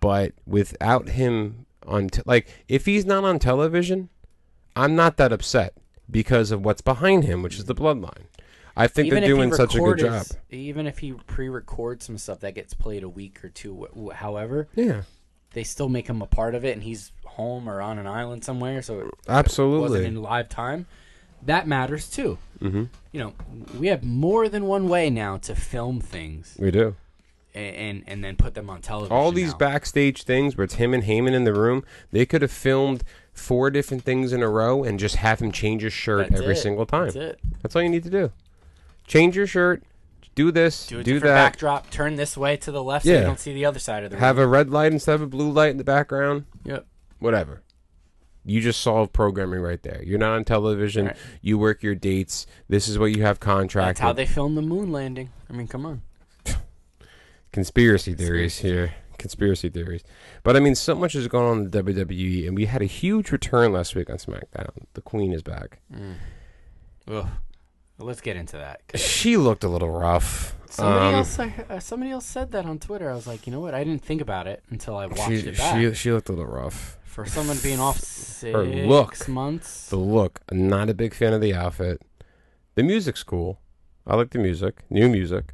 [SPEAKER 2] But without him on, t- like, if he's not on television, I'm not that upset because of what's behind him, which is the bloodline. I think they're
[SPEAKER 3] if he
[SPEAKER 2] doing such a good
[SPEAKER 3] recorded-
[SPEAKER 2] job.
[SPEAKER 3] Even if he pre-records some stuff that gets played a week or two, wh- wh- however,
[SPEAKER 2] Yeah,
[SPEAKER 3] they still make him a part of it, and he's home or on an island somewhere. So it wasn't
[SPEAKER 2] absolutely.
[SPEAKER 3] in live time. That matters too. Mm-hmm. You know, we have more than one way now to film things.
[SPEAKER 2] We do.
[SPEAKER 3] and and, and then put them on television.
[SPEAKER 2] All these
[SPEAKER 3] now.
[SPEAKER 2] backstage things where it's him and Heyman in the room, they could have filmed four different things in a row and just have him change his shirt
[SPEAKER 3] That's
[SPEAKER 2] every
[SPEAKER 3] it.
[SPEAKER 2] single time.
[SPEAKER 3] That's it.
[SPEAKER 2] That's all you need to do. Change your shirt, do this,
[SPEAKER 3] Do
[SPEAKER 2] do,
[SPEAKER 3] a different
[SPEAKER 2] that.
[SPEAKER 3] backdrop. Turn this way to the left so
[SPEAKER 2] Yeah.
[SPEAKER 3] you don't see the other side of the
[SPEAKER 2] Have
[SPEAKER 3] room.
[SPEAKER 2] a red light instead of a blue light in the background.
[SPEAKER 3] Yep.
[SPEAKER 2] Whatever. You just solve programming right there. You're not on television.
[SPEAKER 3] Right.
[SPEAKER 2] You work your dates. This is what you have contracted.
[SPEAKER 3] That's how they filmed the moon landing. I mean, come on.
[SPEAKER 2] conspiracy theories here. Conspiracy theories. But I mean, so much has gone on in the WWE, and we had a huge return last week on SmackDown. The Queen is back.
[SPEAKER 3] Ugh. Well, Let's get into that.
[SPEAKER 2] She looked a little rough.
[SPEAKER 3] Somebody
[SPEAKER 2] Um,
[SPEAKER 3] else, I, he- uh, somebody else said that on Twitter. I was like, you know what? I didn't think about it until I watched
[SPEAKER 2] She,
[SPEAKER 3] it back.
[SPEAKER 2] she, she looked a little rough.
[SPEAKER 3] For someone being off six
[SPEAKER 2] look.
[SPEAKER 3] months,
[SPEAKER 2] The look, I'm not a big fan of the outfit. The music's cool. I like the music, new music.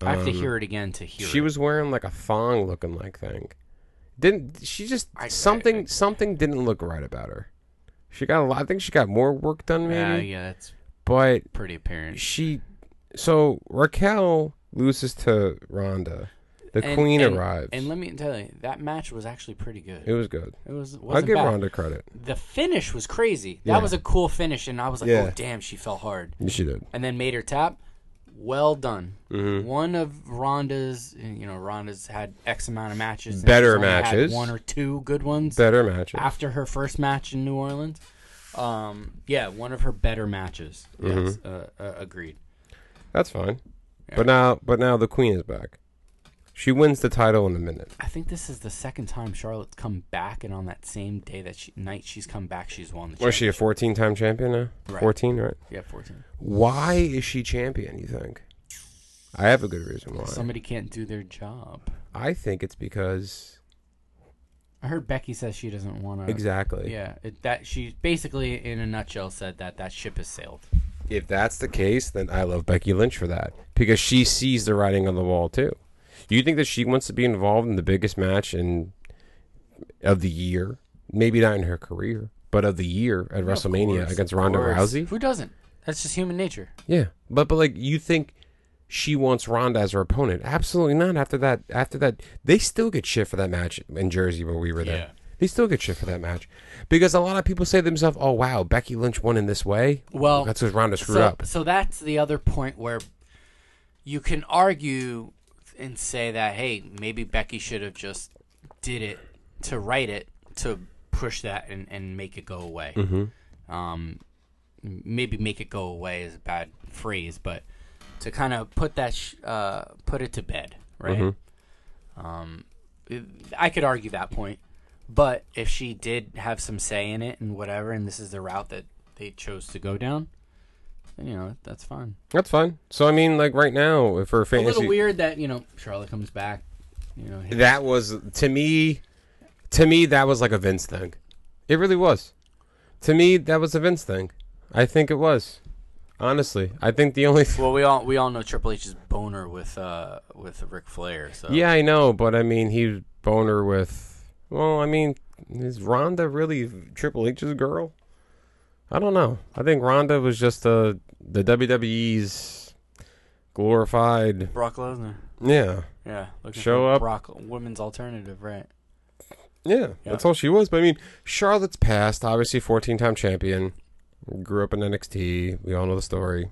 [SPEAKER 3] I have to
[SPEAKER 2] Um,
[SPEAKER 3] hear it again to hear.
[SPEAKER 2] She
[SPEAKER 3] it.
[SPEAKER 2] was wearing like a thong looking like thing. Didn't she just
[SPEAKER 3] I- I-
[SPEAKER 2] something
[SPEAKER 3] I-
[SPEAKER 2] something didn't look right about her. She got a lot I think she got more work done maybe.
[SPEAKER 3] Yeah, yeah, that's
[SPEAKER 2] But
[SPEAKER 3] pretty apparent.
[SPEAKER 2] she so Raquel loses to Ronda. The
[SPEAKER 3] And-
[SPEAKER 2] queen
[SPEAKER 3] and-
[SPEAKER 2] arrives.
[SPEAKER 3] And let me tell you, that match was actually pretty good.
[SPEAKER 2] it was good.
[SPEAKER 3] It was. Wasn't
[SPEAKER 2] I'll give
[SPEAKER 3] bad.
[SPEAKER 2] Ronda credit.
[SPEAKER 3] the finish was crazy. That
[SPEAKER 2] Yeah.
[SPEAKER 3] was a cool finish, and I was like,
[SPEAKER 2] Yeah.
[SPEAKER 3] "Oh damn, she fell hard,"
[SPEAKER 2] She did.
[SPEAKER 3] and then made her tap. Well done.
[SPEAKER 2] Mm-hmm.
[SPEAKER 3] One of Ronda's, you know, Ronda's had X amount of matches. and
[SPEAKER 2] Better
[SPEAKER 3] she's only had
[SPEAKER 2] matches.
[SPEAKER 3] one or two good ones
[SPEAKER 2] Better matches.
[SPEAKER 3] after her first match in New Orleans. Um, yeah, one of her better matches.
[SPEAKER 2] Mm-hmm.
[SPEAKER 3] Yes, uh, uh, agreed.
[SPEAKER 2] That's fine. But now but now the queen is back. She wins the title in a minute.
[SPEAKER 3] I think this is the second time Charlotte's come back, and on that same day that she, night she's come back, she's won the.
[SPEAKER 2] Was she Oh, a 14 time champion now?
[SPEAKER 3] Right.
[SPEAKER 2] 14, right?
[SPEAKER 3] champ- Yeah, fourteen.
[SPEAKER 2] Why is she champion, you think? I have a good reason why.
[SPEAKER 3] Somebody can't do their job.
[SPEAKER 2] I think it's because
[SPEAKER 3] I heard Becky says she doesn't want to.
[SPEAKER 2] exactly.
[SPEAKER 3] Uh, Yeah, it, that she basically, in a nutshell, said that that ship has sailed.
[SPEAKER 2] If that's the case, then I love Becky Lynch for that because she sees the writing on the wall too. You think that she wants to be involved in the biggest match in of the year? Maybe not in her career, but of the year at WrestleMania
[SPEAKER 3] course,
[SPEAKER 2] against
[SPEAKER 3] of
[SPEAKER 2] Ronda
[SPEAKER 3] course.
[SPEAKER 2] Rousey.
[SPEAKER 3] Who doesn't? That's just human nature.
[SPEAKER 2] Yeah, but but like you think she wants Ronda as her opponent? Absolutely not. After that, after that, they still get shit for that match in Jersey where we were there.
[SPEAKER 3] Yeah.
[SPEAKER 2] He still gets shit for that match because a lot of people say to themselves, "Oh wow, Becky Lynch won in this way."
[SPEAKER 3] Well,
[SPEAKER 2] that's because Ronda screwed
[SPEAKER 3] so,
[SPEAKER 2] up.
[SPEAKER 3] So that's the other point where you can argue and say that hey, maybe Becky should have just did it to write it to push that and, and make it go away. Um, maybe make it go away is a bad phrase, but to kind of put that sh- uh, put it to bed, right? Um, it- I could argue that point, but if she did have some say in it and whatever, and this is the route that they chose to go down, then you know that's fine.
[SPEAKER 2] That's fine. So I mean, like right now, if her
[SPEAKER 3] A little
[SPEAKER 2] fantasy,
[SPEAKER 3] weird that you know Charlotte comes back, you know, hits-
[SPEAKER 2] that was to me, to me that was like a Vince thing. It really was. To me, that was a Vince thing. I think it was. Honestly, I think the only. Th-
[SPEAKER 3] Well, we all we all know Triple H's boner with uh with Ric Flair. So
[SPEAKER 2] Yeah, I know, but I mean, he's boner with. Well, I mean, is Rhonda really Triple H's girl? I don't know. I think Rhonda was just uh, the WWE's glorified.
[SPEAKER 3] Brock Lesnar.
[SPEAKER 2] Yeah,
[SPEAKER 3] Yeah, looking
[SPEAKER 2] Show
[SPEAKER 3] for
[SPEAKER 2] up.
[SPEAKER 3] Brock women's alternative, right?
[SPEAKER 2] yeah, that's all she was. But I mean, Charlotte's past, obviously, 14 time champion, grew up in NXT. We all know the story.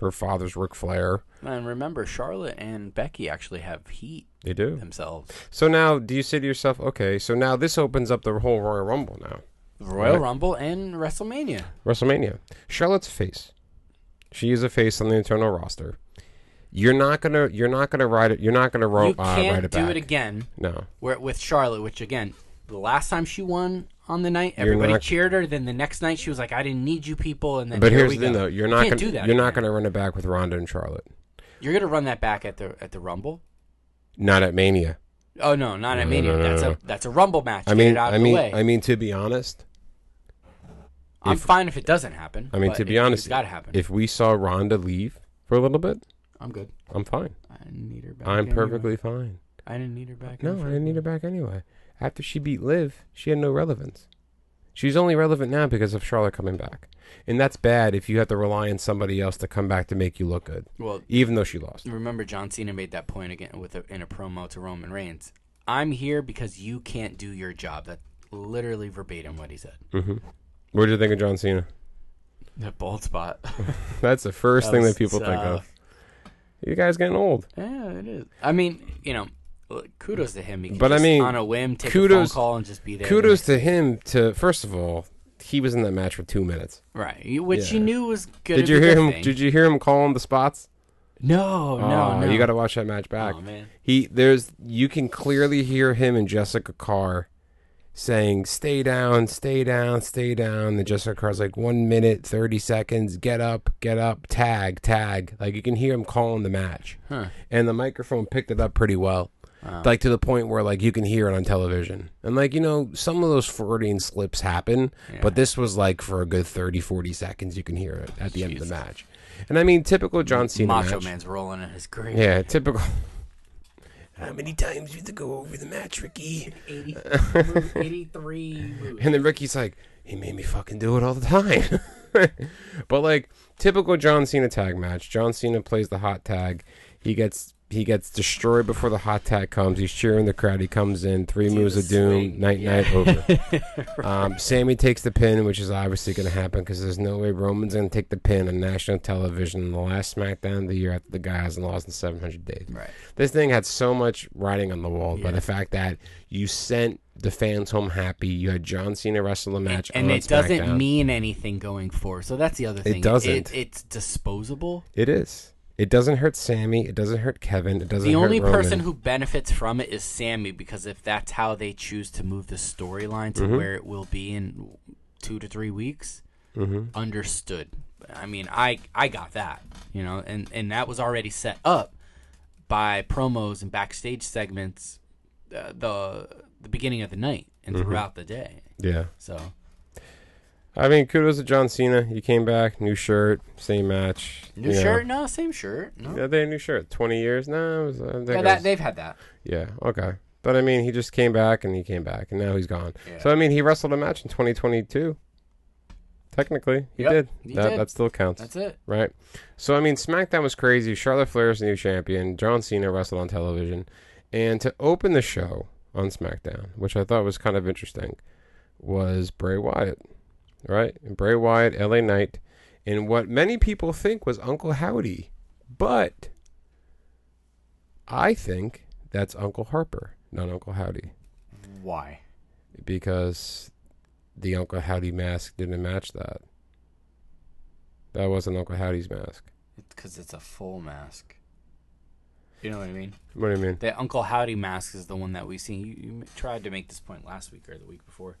[SPEAKER 2] Her father's Ric Flair.
[SPEAKER 3] And remember, Charlotte and Becky actually have heat
[SPEAKER 2] They do.
[SPEAKER 3] themselves.
[SPEAKER 2] So now, do you say to yourself, okay, so now this opens up the whole Royal Rumble now?
[SPEAKER 3] Royal
[SPEAKER 2] Right.
[SPEAKER 3] Rumble and WrestleMania.
[SPEAKER 2] WrestleMania. Charlotte's face. She is a face on the internal roster. You're not gonna. You're not gonna ride it. You're not gonna ro-
[SPEAKER 3] you
[SPEAKER 2] uh,
[SPEAKER 3] can't
[SPEAKER 2] ride it
[SPEAKER 3] do
[SPEAKER 2] back.
[SPEAKER 3] it again
[SPEAKER 2] No.
[SPEAKER 3] where, with Charlotte, which again, the last time she won on the night,
[SPEAKER 2] You're
[SPEAKER 3] everybody
[SPEAKER 2] not-
[SPEAKER 3] cheered her. Then the next night, she was like, "I didn't need you people." And then
[SPEAKER 2] But
[SPEAKER 3] here
[SPEAKER 2] here's
[SPEAKER 3] we
[SPEAKER 2] the thing,
[SPEAKER 3] go.
[SPEAKER 2] though. You're
[SPEAKER 3] You
[SPEAKER 2] not
[SPEAKER 3] can't
[SPEAKER 2] gonna.
[SPEAKER 3] do that
[SPEAKER 2] You're not
[SPEAKER 3] again.
[SPEAKER 2] gonna run it back with Ronda and Charlotte.
[SPEAKER 3] You're gonna run that back at the at the Rumble.
[SPEAKER 2] Not at Mania.
[SPEAKER 3] Oh no, not at
[SPEAKER 2] No,
[SPEAKER 3] Mania.
[SPEAKER 2] no, no,
[SPEAKER 3] that's
[SPEAKER 2] no,
[SPEAKER 3] a
[SPEAKER 2] no.
[SPEAKER 3] that's a Rumble match.
[SPEAKER 2] I mean.
[SPEAKER 3] Get it out
[SPEAKER 2] I
[SPEAKER 3] of
[SPEAKER 2] mean.
[SPEAKER 3] the way.
[SPEAKER 2] I mean. To be honest.
[SPEAKER 3] I'm
[SPEAKER 2] if-
[SPEAKER 3] fine if it doesn't happen.
[SPEAKER 2] I mean.
[SPEAKER 3] but
[SPEAKER 2] to be
[SPEAKER 3] it-
[SPEAKER 2] honest.
[SPEAKER 3] it's got to happen.
[SPEAKER 2] If we saw Ronda leave for a little bit,
[SPEAKER 3] I'm good.
[SPEAKER 2] I'm fine.
[SPEAKER 3] I didn't need her back.
[SPEAKER 2] I'm
[SPEAKER 3] anyway.
[SPEAKER 2] perfectly fine.
[SPEAKER 3] I didn't need her back.
[SPEAKER 2] No, I didn't need her back anyway. After she beat Liv, she had no relevance. She's only relevant now because of Charlotte coming back. And that's bad if you have to rely on somebody else to come back to make you look good,
[SPEAKER 3] Well,
[SPEAKER 2] even though she lost.
[SPEAKER 3] remember John Cena made that point again with a, in a promo to Roman Reigns. I'm here because you can't do your job. That literally verbatim what he said.
[SPEAKER 2] What do Mm-hmm. you think of John Cena?
[SPEAKER 3] That bald spot.
[SPEAKER 2] That's the first thing
[SPEAKER 3] was
[SPEAKER 2] that people think
[SPEAKER 3] tough.
[SPEAKER 2] of. You guys getting old.
[SPEAKER 3] yeah, it is. I mean, you know, look, kudos to him. He can
[SPEAKER 2] But I
[SPEAKER 3] just,
[SPEAKER 2] mean,
[SPEAKER 3] on a whim, take a
[SPEAKER 2] kudos-
[SPEAKER 3] phone call and just be there.
[SPEAKER 2] Kudos to him to first of all, he was in that match for two minutes.
[SPEAKER 3] right? you- Which you
[SPEAKER 2] Yeah.
[SPEAKER 3] knew was good.
[SPEAKER 2] Did you hear him did you hear him calling the spots?
[SPEAKER 3] no, no,
[SPEAKER 2] Oh,
[SPEAKER 3] no.
[SPEAKER 2] You got to watch that match back.
[SPEAKER 3] Aw, man.
[SPEAKER 2] He there's you can clearly hear him and Jessica Carr saying "Stay down, stay down, stay down." And Jessica Carr's like one minute thirty seconds. Get up, get up. Tag, tag. Like you can hear him calling the match,
[SPEAKER 3] Huh.
[SPEAKER 2] and the microphone picked it up pretty well. Like to the point where like you can hear it on television. And like, you know, some of those Freudian slips happen, but this was like for a good 30 40 seconds you can hear it at the end of the match. And I mean, typical John Cena
[SPEAKER 3] Macho
[SPEAKER 2] match.
[SPEAKER 3] Man's rolling in his grave.
[SPEAKER 2] Yeah, typical. How many times you have to go over the match, Ricky?
[SPEAKER 3] 80, 83 moves.
[SPEAKER 2] And then Ricky's like, he made me fucking do it all the time. but like typical John Cena tag match. John Cena plays the hot tag. He gets he gets destroyed before the hot tag comes. He's cheering the crowd. He comes in, three moves of doom, night night over. um, Sammy takes the pin, which is obviously going to happen because there's no way Roman's going to take the pin on national television in the last SmackDown of the year after the guy hasn't lost in 700 days.
[SPEAKER 3] Right.
[SPEAKER 2] This thing had so much writing on the wall by the fact that you sent the fans home happy. You had John Cena wrestle the match,
[SPEAKER 3] and
[SPEAKER 2] on
[SPEAKER 3] it doesn't
[SPEAKER 2] SmackDown.
[SPEAKER 3] mean anything going forward. So that's the other thing.
[SPEAKER 2] doesn't.
[SPEAKER 3] it's disposable.
[SPEAKER 2] it is. It doesn't hurt Sammy. It doesn't hurt Kevin. It doesn't.
[SPEAKER 3] The
[SPEAKER 2] hurt
[SPEAKER 3] only
[SPEAKER 2] Roman.
[SPEAKER 3] person who benefits from it is Sammy because if that's how they choose to move the storyline
[SPEAKER 2] Mm-hmm.
[SPEAKER 3] to where it will be in two to three weeks,
[SPEAKER 2] Mm-hmm.
[SPEAKER 3] understood. I mean, I I got that, you know, and and that was already set up by promos and backstage segments, uh, the the beginning of the night and
[SPEAKER 2] Mm-hmm.
[SPEAKER 3] throughout the day.
[SPEAKER 2] yeah.
[SPEAKER 3] So
[SPEAKER 2] I mean, kudos to John Cena. You came back, new shirt, same match.
[SPEAKER 3] new
[SPEAKER 2] you know.
[SPEAKER 3] shirt, no, same shirt, no.
[SPEAKER 2] Yeah, they had a new shirt. Twenty years? No, it was, uh, I think
[SPEAKER 3] Yeah,
[SPEAKER 2] it
[SPEAKER 3] that,
[SPEAKER 2] was-
[SPEAKER 3] they've had that.
[SPEAKER 2] Yeah, okay. But I mean, he just came back and he came back and now he's gone.
[SPEAKER 3] Yeah.
[SPEAKER 2] So I mean, he wrestled a match in 2022. Technically, he
[SPEAKER 3] Yep,
[SPEAKER 2] did.
[SPEAKER 3] he
[SPEAKER 2] that
[SPEAKER 3] did.
[SPEAKER 2] that still counts.
[SPEAKER 3] That's it.
[SPEAKER 2] Right. So I mean, SmackDown was crazy. Charlotte Flair's new champion. John Cena wrestled on television, and to open the show, on SmackDown, which I thought was kind of interesting, was Bray Wyatt, right? Bray Wyatt, LA Knight, and what many people think was Uncle Howdy, but I think that's Uncle Harper, not Uncle Howdy,
[SPEAKER 3] Why?
[SPEAKER 2] because the Uncle Howdy mask didn't match that. That wasn't Uncle Howdy's mask.
[SPEAKER 3] Because it's a full mask. You know what I mean?
[SPEAKER 2] What do you mean?
[SPEAKER 3] The Uncle Howdy mask is the one that we see. You, you m- tried to make this point last week or the week before.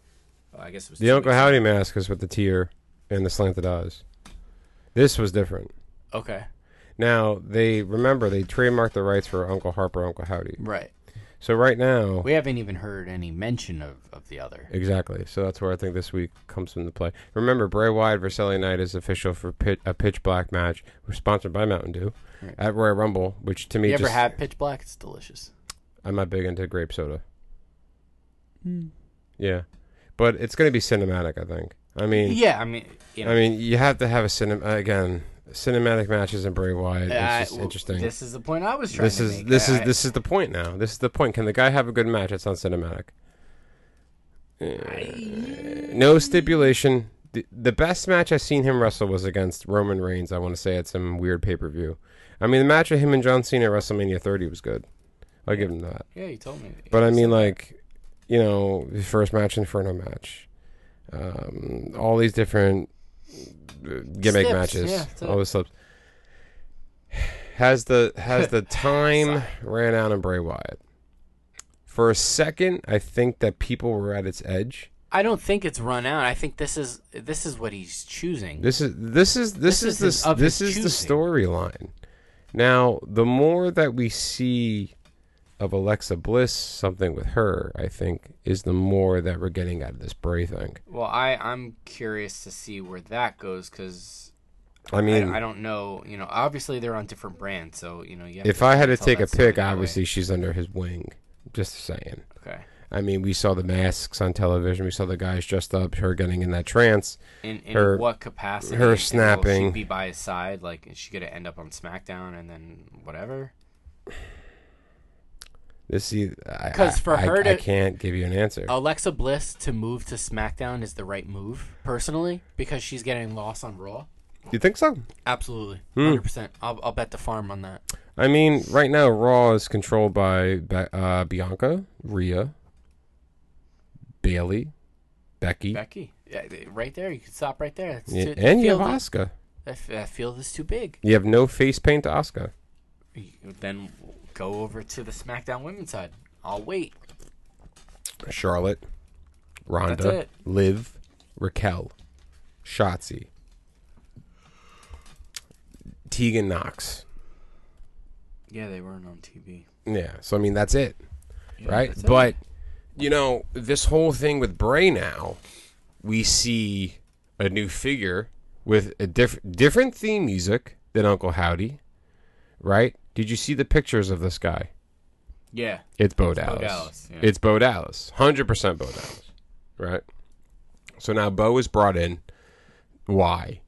[SPEAKER 3] Uh, I guess it was
[SPEAKER 2] The
[SPEAKER 3] two
[SPEAKER 2] Uncle
[SPEAKER 3] weeks.
[SPEAKER 2] Howdy mask is with the tear and the slanted eyes. This was different.
[SPEAKER 3] Okay,
[SPEAKER 2] Now they remember they trademarked the rights for Uncle Harper, Uncle Howdy.
[SPEAKER 3] right.
[SPEAKER 2] So right now,
[SPEAKER 3] We haven't even heard any mention of, of the other.
[SPEAKER 2] exactly. So that's where I think this week comes into play. Remember, Bray Wyatt versus LA Knight is official for pit, a pitch black match. We're sponsored by Mountain Dew
[SPEAKER 3] Right.
[SPEAKER 2] at Royal Rumble, which to me,
[SPEAKER 3] you ever
[SPEAKER 2] just,
[SPEAKER 3] have pitch black? It's delicious.
[SPEAKER 2] I'm not big into grape soda. Yeah, but it's going to be cinematic. I think. I mean,
[SPEAKER 3] Yeah, I mean, you know,
[SPEAKER 2] I mean, you have to have a cinema again. Cinematic matches in Bray Wyatt. It's
[SPEAKER 3] I-
[SPEAKER 2] just
[SPEAKER 3] Uh, well,
[SPEAKER 2] interesting.
[SPEAKER 3] This is the point I was trying
[SPEAKER 2] this
[SPEAKER 3] to
[SPEAKER 2] is
[SPEAKER 3] make.
[SPEAKER 2] this
[SPEAKER 3] I-
[SPEAKER 2] is this is the point now. This is the point. Can the guy have a good match? It's not cinematic. Uh, No stipulation. The, the best match I've seen him wrestle was against Roman Reigns. I want to say at some weird pay per view. I mean, the match of him and John Cena at WrestleMania 30 was good. I'll give him that.
[SPEAKER 3] Yeah, you told me.
[SPEAKER 2] But I mean, like, you know, the first match, Inferno match, um, all these different uh, gimmick
[SPEAKER 3] Steps,
[SPEAKER 2] matches,
[SPEAKER 3] yeah, that's
[SPEAKER 2] all
[SPEAKER 3] it.
[SPEAKER 2] the stuff. Has the has the time ran out on Bray Wyatt? For a second, I think that people were at its edge.
[SPEAKER 3] I don't think it's run out. I think this is this is what he's choosing.
[SPEAKER 2] This is this is this,
[SPEAKER 3] This
[SPEAKER 2] is
[SPEAKER 3] is
[SPEAKER 2] the
[SPEAKER 3] his-
[SPEAKER 2] s-
[SPEAKER 3] of
[SPEAKER 2] this
[SPEAKER 3] his
[SPEAKER 2] is the
[SPEAKER 3] choosing.
[SPEAKER 2] storyline. Now, the more that we see of Alexa Bliss, something with her, I think, is the more that we're getting out of this Bray thing.
[SPEAKER 3] Well, I I'm curious to see where that goes because
[SPEAKER 2] I
[SPEAKER 3] I,
[SPEAKER 2] mean,
[SPEAKER 3] I don't know. You know, obviously they're on different brands, so you know. You have
[SPEAKER 2] if I had to
[SPEAKER 3] tell
[SPEAKER 2] take a
[SPEAKER 3] that story
[SPEAKER 2] pick,
[SPEAKER 3] that way.
[SPEAKER 2] obviously she's under his wing. Just saying.
[SPEAKER 3] Okay.
[SPEAKER 2] I mean, we saw the masks on television. We saw the guys dressed up, her getting in that trance.
[SPEAKER 3] In, in
[SPEAKER 2] Her-
[SPEAKER 3] what capacity?
[SPEAKER 2] her
[SPEAKER 3] And will she
[SPEAKER 2] snapping.
[SPEAKER 3] be by his side. Like, is she gonna end up on SmackDown and then whatever?
[SPEAKER 2] This, see, I,
[SPEAKER 3] 'Cause for
[SPEAKER 2] I-
[SPEAKER 3] her
[SPEAKER 2] I
[SPEAKER 3] to- Oh.
[SPEAKER 2] can't give you an answer.
[SPEAKER 3] Alexa Bliss to move to SmackDown is the right move, personally, because she's getting lost on Raw.
[SPEAKER 2] You think so?
[SPEAKER 3] Absolutely,
[SPEAKER 2] Hmm.
[SPEAKER 3] hundred percent. I'll I'll bet the farm on that.
[SPEAKER 2] I mean, right now Raw is controlled by Be- uh, Bianca, Rhea, Bailey, Becky,
[SPEAKER 3] Becky, yeah, th- right there. You can stop right there. That's
[SPEAKER 2] yeah,
[SPEAKER 3] too- that
[SPEAKER 2] and you have
[SPEAKER 3] field is-
[SPEAKER 2] Asuka.
[SPEAKER 3] that f- that field is too big.
[SPEAKER 2] You have no face paint to Asuka.
[SPEAKER 3] You- Then go over to the SmackDown Women's side. I'll wait.
[SPEAKER 2] Charlotte,
[SPEAKER 3] That's
[SPEAKER 2] Ronda,
[SPEAKER 3] it.
[SPEAKER 2] Liv, Raquel, Shotzi, Tegan Knox.
[SPEAKER 3] Yeah, they weren't on TV.
[SPEAKER 2] Yeah, so I mean that's it, right?
[SPEAKER 3] that's it.
[SPEAKER 2] but you know, this whole thing with Bray now, we see a new figure with a diff- different theme music than Uncle Howdy, right? Did you see the pictures of this guy?
[SPEAKER 3] Yeah,
[SPEAKER 2] It's Bo Dallas.
[SPEAKER 3] Dallas, yeah.
[SPEAKER 2] It's Bo Dallas. Hundred percent Bo Dallas. Right. So now Bo is brought in. Why?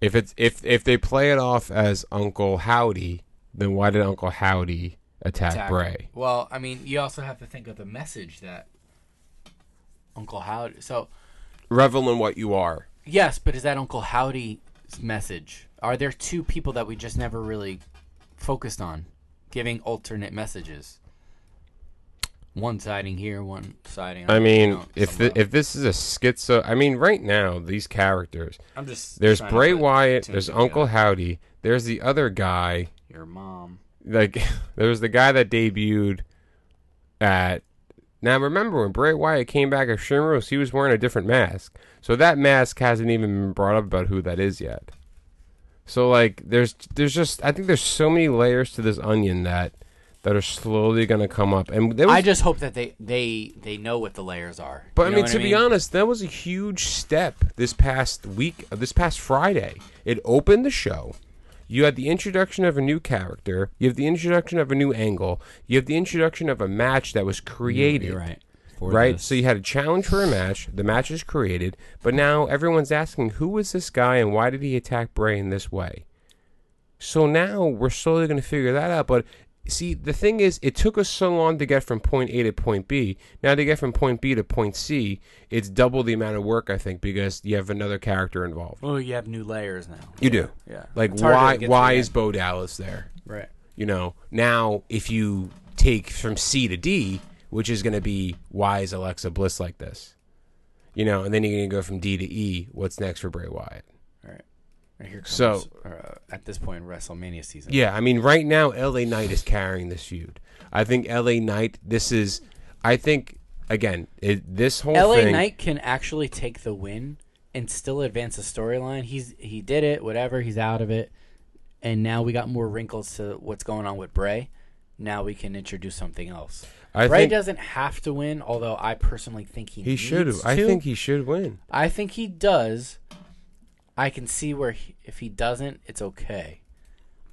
[SPEAKER 2] If it's if if they play it off as Uncle Howdy, then why did Uncle Howdy attack,
[SPEAKER 3] Exactly.
[SPEAKER 2] Bray?
[SPEAKER 3] Well, I mean, you also have to think of the message that Uncle Howdy. So
[SPEAKER 2] Revel in what you are.
[SPEAKER 3] yes, but is that Uncle Howdy's message? Are there two people that we just never really focused on, giving alternate messages? One siding here, one siding.
[SPEAKER 2] I mean,
[SPEAKER 3] know,
[SPEAKER 2] if
[SPEAKER 3] somewhere
[SPEAKER 2] the, if this is a schizo, I mean, right now these characters.
[SPEAKER 3] else. I'm just
[SPEAKER 2] There's
[SPEAKER 3] trying to
[SPEAKER 2] Bray
[SPEAKER 3] put
[SPEAKER 2] Wyatt.
[SPEAKER 3] two
[SPEAKER 2] There's
[SPEAKER 3] and two
[SPEAKER 2] Uncle
[SPEAKER 3] together.
[SPEAKER 2] Howdy. There's the other guy.
[SPEAKER 3] your mom.
[SPEAKER 2] like there was the guy that debuted at now remember when Bray Wyatt came back as Shimmeros, he was wearing a different mask. So that mask hasn't even been brought up about who that is yet. So like there's there's just I think there's so many layers to this onion that that are slowly gonna come up. And there was,
[SPEAKER 3] I just hope that they they they know what the layers are.
[SPEAKER 2] but
[SPEAKER 3] You
[SPEAKER 2] I
[SPEAKER 3] know
[SPEAKER 2] mean,
[SPEAKER 3] what
[SPEAKER 2] to be honest, that was a huge step this past week, uh, this past Friday. It opened the show. You had the introduction of a new character. You have the introduction of a new angle. You have the introduction of a match that
[SPEAKER 3] Mm-hmm.
[SPEAKER 2] was created.
[SPEAKER 3] you're right. For
[SPEAKER 2] Right?
[SPEAKER 3] this.
[SPEAKER 2] So you had a challenge for a match. The match is created. But now everyone's asking, who is this guy and why did he attack Bray in this way? So now we're slowly going to figure that out. But See, the thing is, it took us so long to get from point A to point B. Now to get from point B to point C, it's double the amount of work, I think, because you have another character involved.
[SPEAKER 3] Oh, you have new layers now.
[SPEAKER 2] You do.
[SPEAKER 3] Yeah.
[SPEAKER 2] Like,
[SPEAKER 3] It's harder to
[SPEAKER 2] why?
[SPEAKER 3] get
[SPEAKER 2] Why
[SPEAKER 3] through
[SPEAKER 2] is Bo Dallas there?
[SPEAKER 3] Right.
[SPEAKER 2] You know. Now, if you take from C to D, which is going to be why is Alexa Bliss like this? You know, and then you're going to go from D to E. What's next for Bray Wyatt?
[SPEAKER 3] All right. Right here comes
[SPEAKER 2] So-
[SPEAKER 3] uh, at this point WrestleMania season.
[SPEAKER 2] Yeah, I mean, right now, LA Knight is carrying this feud. I think LA Knight, this is, I think, again, it, this whole
[SPEAKER 3] LA
[SPEAKER 2] thing.
[SPEAKER 3] Knight can actually take the win and still advance the storyline. He's he did it, whatever, he's out of it. And now we got more wrinkles to what's going on with Bray. Now we can introduce something else.
[SPEAKER 2] I
[SPEAKER 3] Bray
[SPEAKER 2] think-
[SPEAKER 3] doesn't have to win, although I personally think he
[SPEAKER 2] he should.
[SPEAKER 3] needs
[SPEAKER 2] I
[SPEAKER 3] to.
[SPEAKER 2] think he should win.
[SPEAKER 3] I think he does. I can see where he, if he doesn't, it's okay.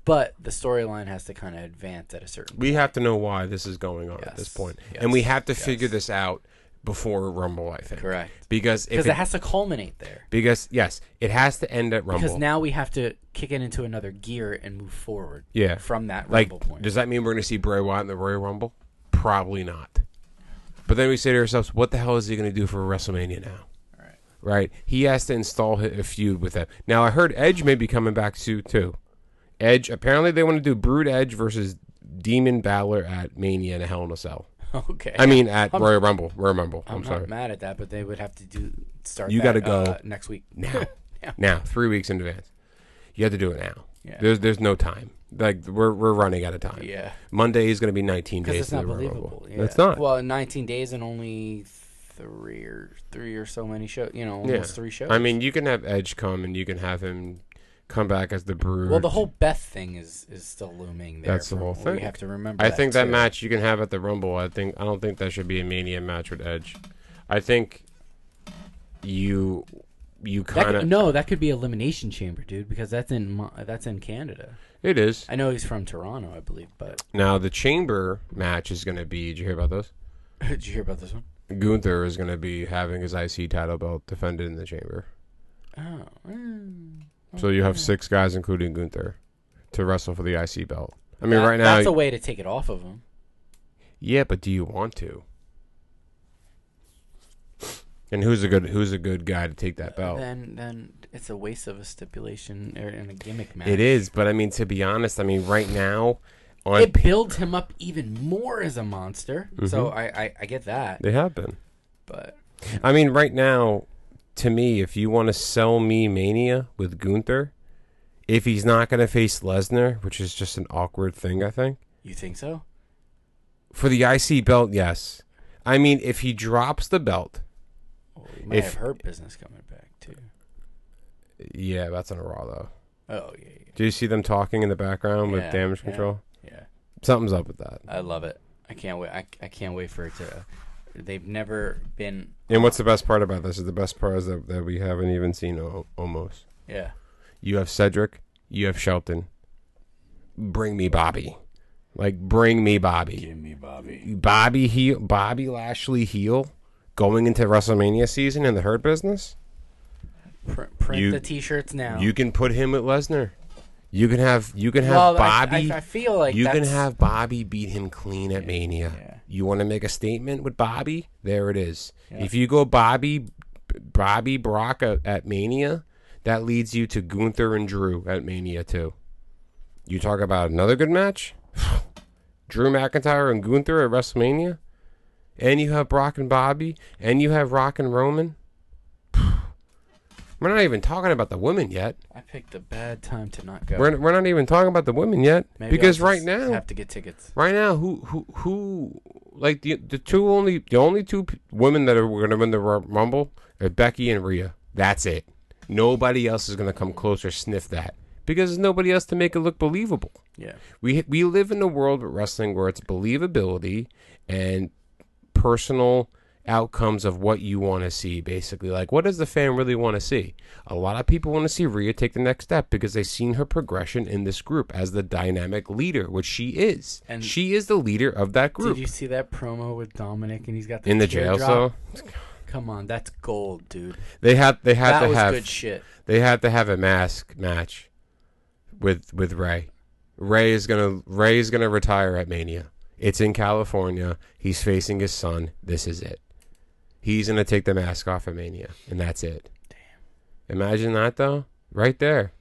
[SPEAKER 3] But the storyline has to kind of advance at a certain
[SPEAKER 2] We have to know why this is going on at this
[SPEAKER 3] Yes,
[SPEAKER 2] point,
[SPEAKER 3] yes,
[SPEAKER 2] and we have to figure this out before Rumble. I think
[SPEAKER 3] Correct.
[SPEAKER 2] because if
[SPEAKER 3] because
[SPEAKER 2] it,
[SPEAKER 3] it has to culminate there.
[SPEAKER 2] because yes, it has to end at
[SPEAKER 3] Because
[SPEAKER 2] Rumble.
[SPEAKER 3] now we have to kick it into another gear and move forward.
[SPEAKER 2] yeah,
[SPEAKER 3] From that
[SPEAKER 2] like,
[SPEAKER 3] rumble point.
[SPEAKER 2] does that mean we're going to see Bray Wyatt in the Royal Rumble? Probably not. But then we say to ourselves, what the hell is he going to do for WrestleMania now? Right, he has to install hi- a feud with them. Now I heard Edge may be coming back soon too. Edge apparently they want to do Brood Edge versus Demon Balor at Mania in a Hell in a Cell.
[SPEAKER 3] okay.
[SPEAKER 2] I mean, at Royal Rumble. Royal Rumble. I'm,
[SPEAKER 3] I'm not
[SPEAKER 2] sorry.
[SPEAKER 3] mad at that, but they would have to do start.
[SPEAKER 2] You
[SPEAKER 3] got to
[SPEAKER 2] gotta go
[SPEAKER 3] next week.
[SPEAKER 2] Now,
[SPEAKER 3] Yeah.
[SPEAKER 2] now, three weeks in advance. You have to do it now.
[SPEAKER 3] Yeah.
[SPEAKER 2] There's there's no time. Like we're we're running out of time.
[SPEAKER 3] Yeah.
[SPEAKER 2] Monday is going to be 19
[SPEAKER 3] Because
[SPEAKER 2] days
[SPEAKER 3] it's
[SPEAKER 2] to the
[SPEAKER 3] not
[SPEAKER 2] Royal
[SPEAKER 3] believable.
[SPEAKER 2] Rumble.
[SPEAKER 3] Yeah.
[SPEAKER 2] That's not.
[SPEAKER 3] Well, 19 days and only three or three or so many shows. You know, almost
[SPEAKER 2] yeah.
[SPEAKER 3] three shows.
[SPEAKER 2] I mean, you can have Edge come and you can have him come back as the Brood.
[SPEAKER 3] well, the whole Beth thing is is still looming there.
[SPEAKER 2] That's the
[SPEAKER 3] from
[SPEAKER 2] whole
[SPEAKER 3] what
[SPEAKER 2] thing.
[SPEAKER 3] We have to remember.
[SPEAKER 2] I think that
[SPEAKER 3] too.
[SPEAKER 2] match you can have at the Rumble. I think I don't think that should be a Mania match with Edge. I think you you
[SPEAKER 3] That
[SPEAKER 2] kind
[SPEAKER 3] could-
[SPEAKER 2] of
[SPEAKER 3] no, that could be elimination chamber, dude, because that's in Mo- that's in Canada.
[SPEAKER 2] it is.
[SPEAKER 3] I know he's from Toronto, I believe, but
[SPEAKER 2] Now the Chamber match is going to be. Did you hear about those?
[SPEAKER 3] did you hear about this one?
[SPEAKER 2] Gunther is going to be having his IC title belt defended in the chamber.
[SPEAKER 3] Oh, mm.
[SPEAKER 2] So you have six guys, including Gunther, to wrestle for the IC belt. I mean,
[SPEAKER 3] That-
[SPEAKER 2] right now,
[SPEAKER 3] that's a way to take it off of him.
[SPEAKER 2] yeah, but do you want to? And who's a good who's a good guy to take that belt?
[SPEAKER 3] Then, then it's a waste of a stipulation or and a gimmick match.
[SPEAKER 2] It is, but I mean, to be honest, I mean, right now, on
[SPEAKER 3] It builds him up even more as a monster.
[SPEAKER 2] Mm-hmm.
[SPEAKER 3] So I, I, I get that,
[SPEAKER 2] they have been.
[SPEAKER 3] but
[SPEAKER 2] I mean, right now, to me, if you want to sell me Mania with Gunther, if he's not going to face Lesnar, which is just an awkward thing, I think.
[SPEAKER 3] you think so?
[SPEAKER 2] For the IC belt, yes. I mean, if he drops the belt,
[SPEAKER 3] Well, we might
[SPEAKER 2] If-
[SPEAKER 3] have her business coming back too.
[SPEAKER 2] yeah, that's on a Raw, though.
[SPEAKER 3] Oh yeah, yeah,
[SPEAKER 2] Do you see them talking in the background with
[SPEAKER 3] Yeah,
[SPEAKER 2] damage
[SPEAKER 3] yeah.
[SPEAKER 2] control?
[SPEAKER 3] yeah.
[SPEAKER 2] Something's up with that.
[SPEAKER 3] I love it. I can't wait. I, I can't wait for it to. They've never been.
[SPEAKER 2] And what's the best part about this is the best part is that, that we haven't even seen al- almost.
[SPEAKER 3] Yeah.
[SPEAKER 2] You have Cedric. You have Shelton. Bring me Bobby. Like, bring me Bobby.
[SPEAKER 3] Give me Bobby.
[SPEAKER 2] Bobby heel, Bobby Lashley heel, going into WrestleMania season in the Hurt business.
[SPEAKER 3] Pr- print
[SPEAKER 2] You-
[SPEAKER 3] the T-shirts now.
[SPEAKER 2] You can put him with Lesnar. You can have you can have
[SPEAKER 3] Well, I-
[SPEAKER 2] Bobby.
[SPEAKER 3] I- I feel like
[SPEAKER 2] you can
[SPEAKER 3] that's-
[SPEAKER 2] have Bobby beat him clean at Mania.
[SPEAKER 3] yeah.
[SPEAKER 2] You want to make a statement with Bobby? There it is. If you go Bobby, Bobby Brock at, at Mania, that leads you to Gunther and Drew at Mania too. You talk about another good match. Drew McIntyre and Gunther at WrestleMania, and you have Brock and Bobby, and you have Rock and Roman. We're not even talking about the women yet.
[SPEAKER 3] I picked a bad time to not go.
[SPEAKER 2] We're, we're not even talking about the women yet
[SPEAKER 3] Maybe I'll
[SPEAKER 2] because
[SPEAKER 3] just
[SPEAKER 2] right now,
[SPEAKER 3] have to get tickets.
[SPEAKER 2] right now, who who who like the the two only the only two p- women that are going to win the Ru- Rumble are Becky and Rhea. That's it. Nobody else is going to come close or sniff that because there's nobody else to make it look believable.
[SPEAKER 3] Yeah.
[SPEAKER 2] We we live in a world with wrestling where it's believability and personal outcomes of what you want to see basically like what does the fan really want to see a lot of people want to see Rhea take the next step because they've seen her progression in this group as the dynamic leader which she is
[SPEAKER 3] And-
[SPEAKER 2] she is the leader of that group
[SPEAKER 3] Did you see that promo with Dominic and he's got the
[SPEAKER 2] in the jail
[SPEAKER 3] teardrop?
[SPEAKER 2] cell
[SPEAKER 3] Come on, that's gold, dude.
[SPEAKER 2] they have they have
[SPEAKER 3] That
[SPEAKER 2] to
[SPEAKER 3] was
[SPEAKER 2] have
[SPEAKER 3] good shit.
[SPEAKER 2] they have to have a mask match with with Ray Ray is gonna Ray is gonna retire at Mania. It's in California. He's facing his son. This is it. He's gonna take the mask off at Mania, and that's it. Damn. Imagine that though, right there.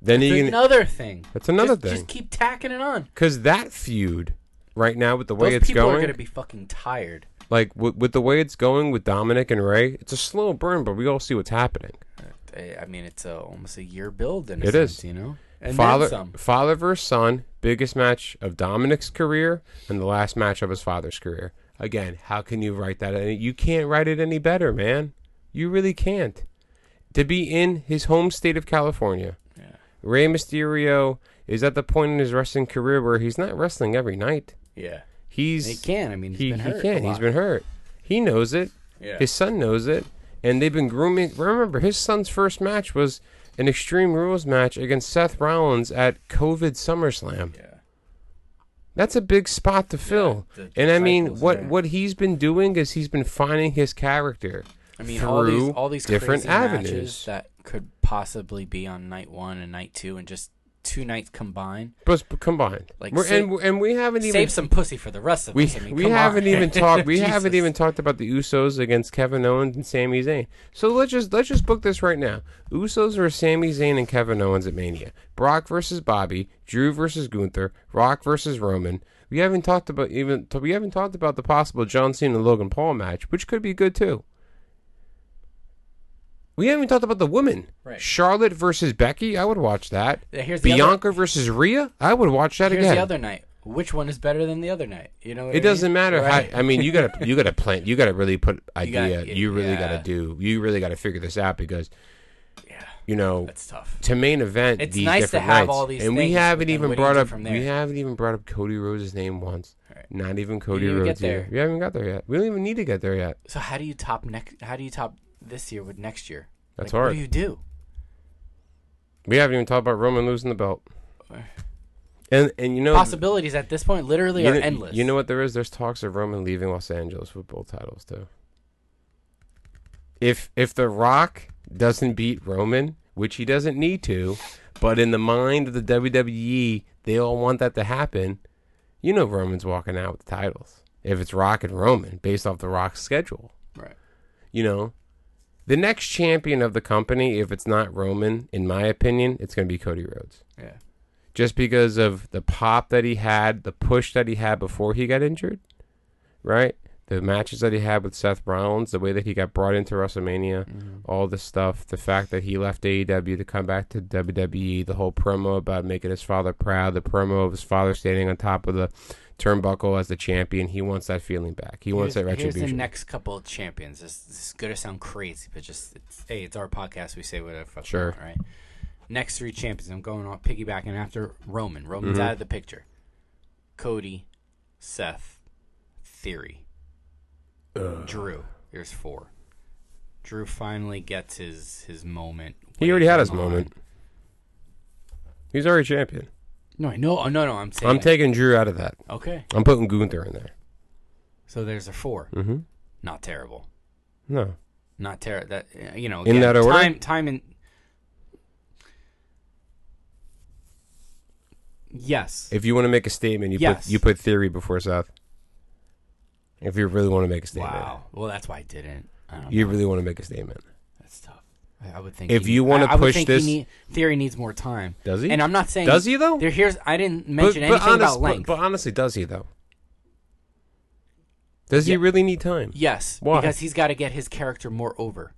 [SPEAKER 2] Then
[SPEAKER 3] It's
[SPEAKER 2] you can
[SPEAKER 3] another thing.
[SPEAKER 2] That's another
[SPEAKER 3] Just-
[SPEAKER 2] thing.
[SPEAKER 3] Just keep tacking it on.
[SPEAKER 2] because that feud right now with the way
[SPEAKER 3] Those
[SPEAKER 2] it's
[SPEAKER 3] people
[SPEAKER 2] going,
[SPEAKER 3] are going to be fucking tired.
[SPEAKER 2] like with, with the way it's going with Dominic and Ray, it's a slow burn, but we all see what's happening.
[SPEAKER 3] Uh, I I mean, it's a, almost a year build in a
[SPEAKER 2] It
[SPEAKER 3] sense,
[SPEAKER 2] is.
[SPEAKER 3] you know. And
[SPEAKER 2] father,
[SPEAKER 3] then some.
[SPEAKER 2] father versus son, biggest match of Dominic's career and the last match of his father's career. Again, how can you write that? any- You can't write it any better, man. You really can't. To be in his home state of California,
[SPEAKER 3] Yeah.
[SPEAKER 2] Rey Mysterio is at the point in his wrestling career where he's not wrestling every night.
[SPEAKER 3] Yeah.
[SPEAKER 2] He's
[SPEAKER 3] He can. I mean, he's
[SPEAKER 2] he,
[SPEAKER 3] been
[SPEAKER 2] he
[SPEAKER 3] hurt. a
[SPEAKER 2] can. He's
[SPEAKER 3] lot.
[SPEAKER 2] been hurt. He knows it.
[SPEAKER 3] Yeah.
[SPEAKER 2] His son knows it. And they've been grooming. Remember, his son's first match was an Extreme Rules match against Seth Rollins at COVID SummerSlam.
[SPEAKER 3] Yeah.
[SPEAKER 2] That's a big spot to fill.
[SPEAKER 3] the
[SPEAKER 2] and I mean,
[SPEAKER 3] disciples,
[SPEAKER 2] what
[SPEAKER 3] yeah.
[SPEAKER 2] what he's been doing is he's been finding his character.
[SPEAKER 3] I mean,
[SPEAKER 2] through
[SPEAKER 3] all these all these
[SPEAKER 2] different
[SPEAKER 3] crazy matches
[SPEAKER 2] avenues.
[SPEAKER 3] that could possibly be on night one and night two, and just two nights combined.
[SPEAKER 2] But but combined,
[SPEAKER 3] Like,
[SPEAKER 2] we're,
[SPEAKER 3] sa-
[SPEAKER 2] and we- and we haven't even
[SPEAKER 3] Save some pussy for the rest of
[SPEAKER 2] we
[SPEAKER 3] us. I mean,
[SPEAKER 2] we
[SPEAKER 3] come on.
[SPEAKER 2] haven't even talked we
[SPEAKER 3] Jesus.
[SPEAKER 2] haven't even talked about the Usos against Kevin Owens and Sami Zayn. So let's just let's just book this right now. Usos versus Sami Zayn and Kevin Owens at Mania. Brock versus Bobby. Drew versus Gunther. Rock versus Roman. We haven't talked about even we haven't talked about the possible John Cena and Logan Paul match, which could be good too. We haven't talked about the women.
[SPEAKER 3] Right.
[SPEAKER 2] Charlotte versus Becky. I would watch that.
[SPEAKER 3] Yeah, here's the other-
[SPEAKER 2] Bianca versus Rhea. I would watch that
[SPEAKER 3] Here's
[SPEAKER 2] again.
[SPEAKER 3] the other night. Which one is better than the other night? You know, what I
[SPEAKER 2] It doesn't
[SPEAKER 3] mean?
[SPEAKER 2] matter.
[SPEAKER 3] Right.
[SPEAKER 2] How, I mean, you gotta you gotta plan. You gotta really put
[SPEAKER 3] gotta-
[SPEAKER 2] idea. You,
[SPEAKER 3] it-
[SPEAKER 2] really
[SPEAKER 3] yeah.
[SPEAKER 2] gotta do. You really gotta figure this out because,
[SPEAKER 3] Yeah.
[SPEAKER 2] you know,
[SPEAKER 3] That's tough.
[SPEAKER 2] to main event
[SPEAKER 3] It's
[SPEAKER 2] these
[SPEAKER 3] nice to
[SPEAKER 2] different
[SPEAKER 3] have
[SPEAKER 2] nights,
[SPEAKER 3] all these
[SPEAKER 2] and we
[SPEAKER 3] things,
[SPEAKER 2] haven't
[SPEAKER 3] but then
[SPEAKER 2] even
[SPEAKER 3] what do you
[SPEAKER 2] brought
[SPEAKER 3] do
[SPEAKER 2] up
[SPEAKER 3] from
[SPEAKER 2] we
[SPEAKER 3] there?
[SPEAKER 2] haven't even brought up Cody Rhodes' name once.
[SPEAKER 3] Right.
[SPEAKER 2] Not even Cody
[SPEAKER 3] didn't even
[SPEAKER 2] Rhodes.
[SPEAKER 3] get
[SPEAKER 2] either.
[SPEAKER 3] there.
[SPEAKER 2] We haven't got there yet. We don't even need to get there yet.
[SPEAKER 3] So how do you top next? How do you top this year with next year?
[SPEAKER 2] That's
[SPEAKER 3] Like, What
[SPEAKER 2] hard.
[SPEAKER 3] do you do?
[SPEAKER 2] We haven't even talked about Roman losing the belt.
[SPEAKER 3] Right.
[SPEAKER 2] And and you know
[SPEAKER 3] Possibilities at this point literally
[SPEAKER 2] you
[SPEAKER 3] are
[SPEAKER 2] know,
[SPEAKER 3] endless.
[SPEAKER 2] You know what there is? There's talks of Roman leaving Los Angeles with both titles too. If if The Rock doesn't beat Roman, which he doesn't need to, but in the mind of the WWE, they all want that to happen. You know Roman's walking out with the titles. If it's Rock and Roman, based off The Rock's schedule,
[SPEAKER 3] Right.
[SPEAKER 2] you know. The next champion of the company, if it's not Roman, in my opinion, it's going to be Cody Rhodes
[SPEAKER 3] Yeah.
[SPEAKER 2] just because of the pop that he had, the push that he had before he got injured, right? The matches that he had with Seth Rollins, the way that he got brought into WrestleMania,
[SPEAKER 3] Mm-hmm.
[SPEAKER 2] all this stuff, the fact that he left AEW to come back to WWE, the whole promo about making his father proud, the promo of his father standing on top of the turnbuckle as the champion. He wants that feeling back. He wants that
[SPEAKER 3] Here's- here's
[SPEAKER 2] retribution.
[SPEAKER 3] the next couple of champions. This, this is gonna sound crazy, but just it's, hey, it's our podcast. We say whatever. the fuck we
[SPEAKER 2] Sure.
[SPEAKER 3] want, right. Next three champions. I'm going on piggybacking after Roman. Roman's
[SPEAKER 2] Mm-hmm.
[SPEAKER 3] out of the picture. Cody, Seth, Theory, Drew. Here's four. Drew finally gets his his moment.
[SPEAKER 2] he already had his
[SPEAKER 3] Come on.
[SPEAKER 2] moment. He's already champion.
[SPEAKER 3] No, I know. oh, No, no. I'm saying.
[SPEAKER 2] I'm taking Drew out of that.
[SPEAKER 3] okay.
[SPEAKER 2] I'm putting Gunther in there.
[SPEAKER 3] So there's a 4 Mm-hmm. Not terrible.
[SPEAKER 2] No.
[SPEAKER 3] Not terrible. That uh, you know.
[SPEAKER 2] In
[SPEAKER 3] again,
[SPEAKER 2] that order?
[SPEAKER 3] Time. Time and. Yes.
[SPEAKER 2] If you want to make a statement, you
[SPEAKER 3] Yes.
[SPEAKER 2] put you put theory before Seth. If you really want to make a statement,
[SPEAKER 3] wow. Well, that's why I didn't. I don't know.
[SPEAKER 2] you really want to make a statement.
[SPEAKER 3] That's tough. I, I would think.
[SPEAKER 2] If
[SPEAKER 3] he-
[SPEAKER 2] you wanna
[SPEAKER 3] I- I would
[SPEAKER 2] push
[SPEAKER 3] think he
[SPEAKER 2] this-
[SPEAKER 3] need- theory needs more time.
[SPEAKER 2] Does he?
[SPEAKER 3] And I'm not saying.
[SPEAKER 2] Does he, though?
[SPEAKER 3] There, here's. I didn't mention anything
[SPEAKER 2] honest-
[SPEAKER 3] about length.
[SPEAKER 2] But, but honestly, does he though? Does
[SPEAKER 3] Yeah.
[SPEAKER 2] he really need time?
[SPEAKER 3] yes.
[SPEAKER 2] Why?
[SPEAKER 3] Because he's got to get his character more over.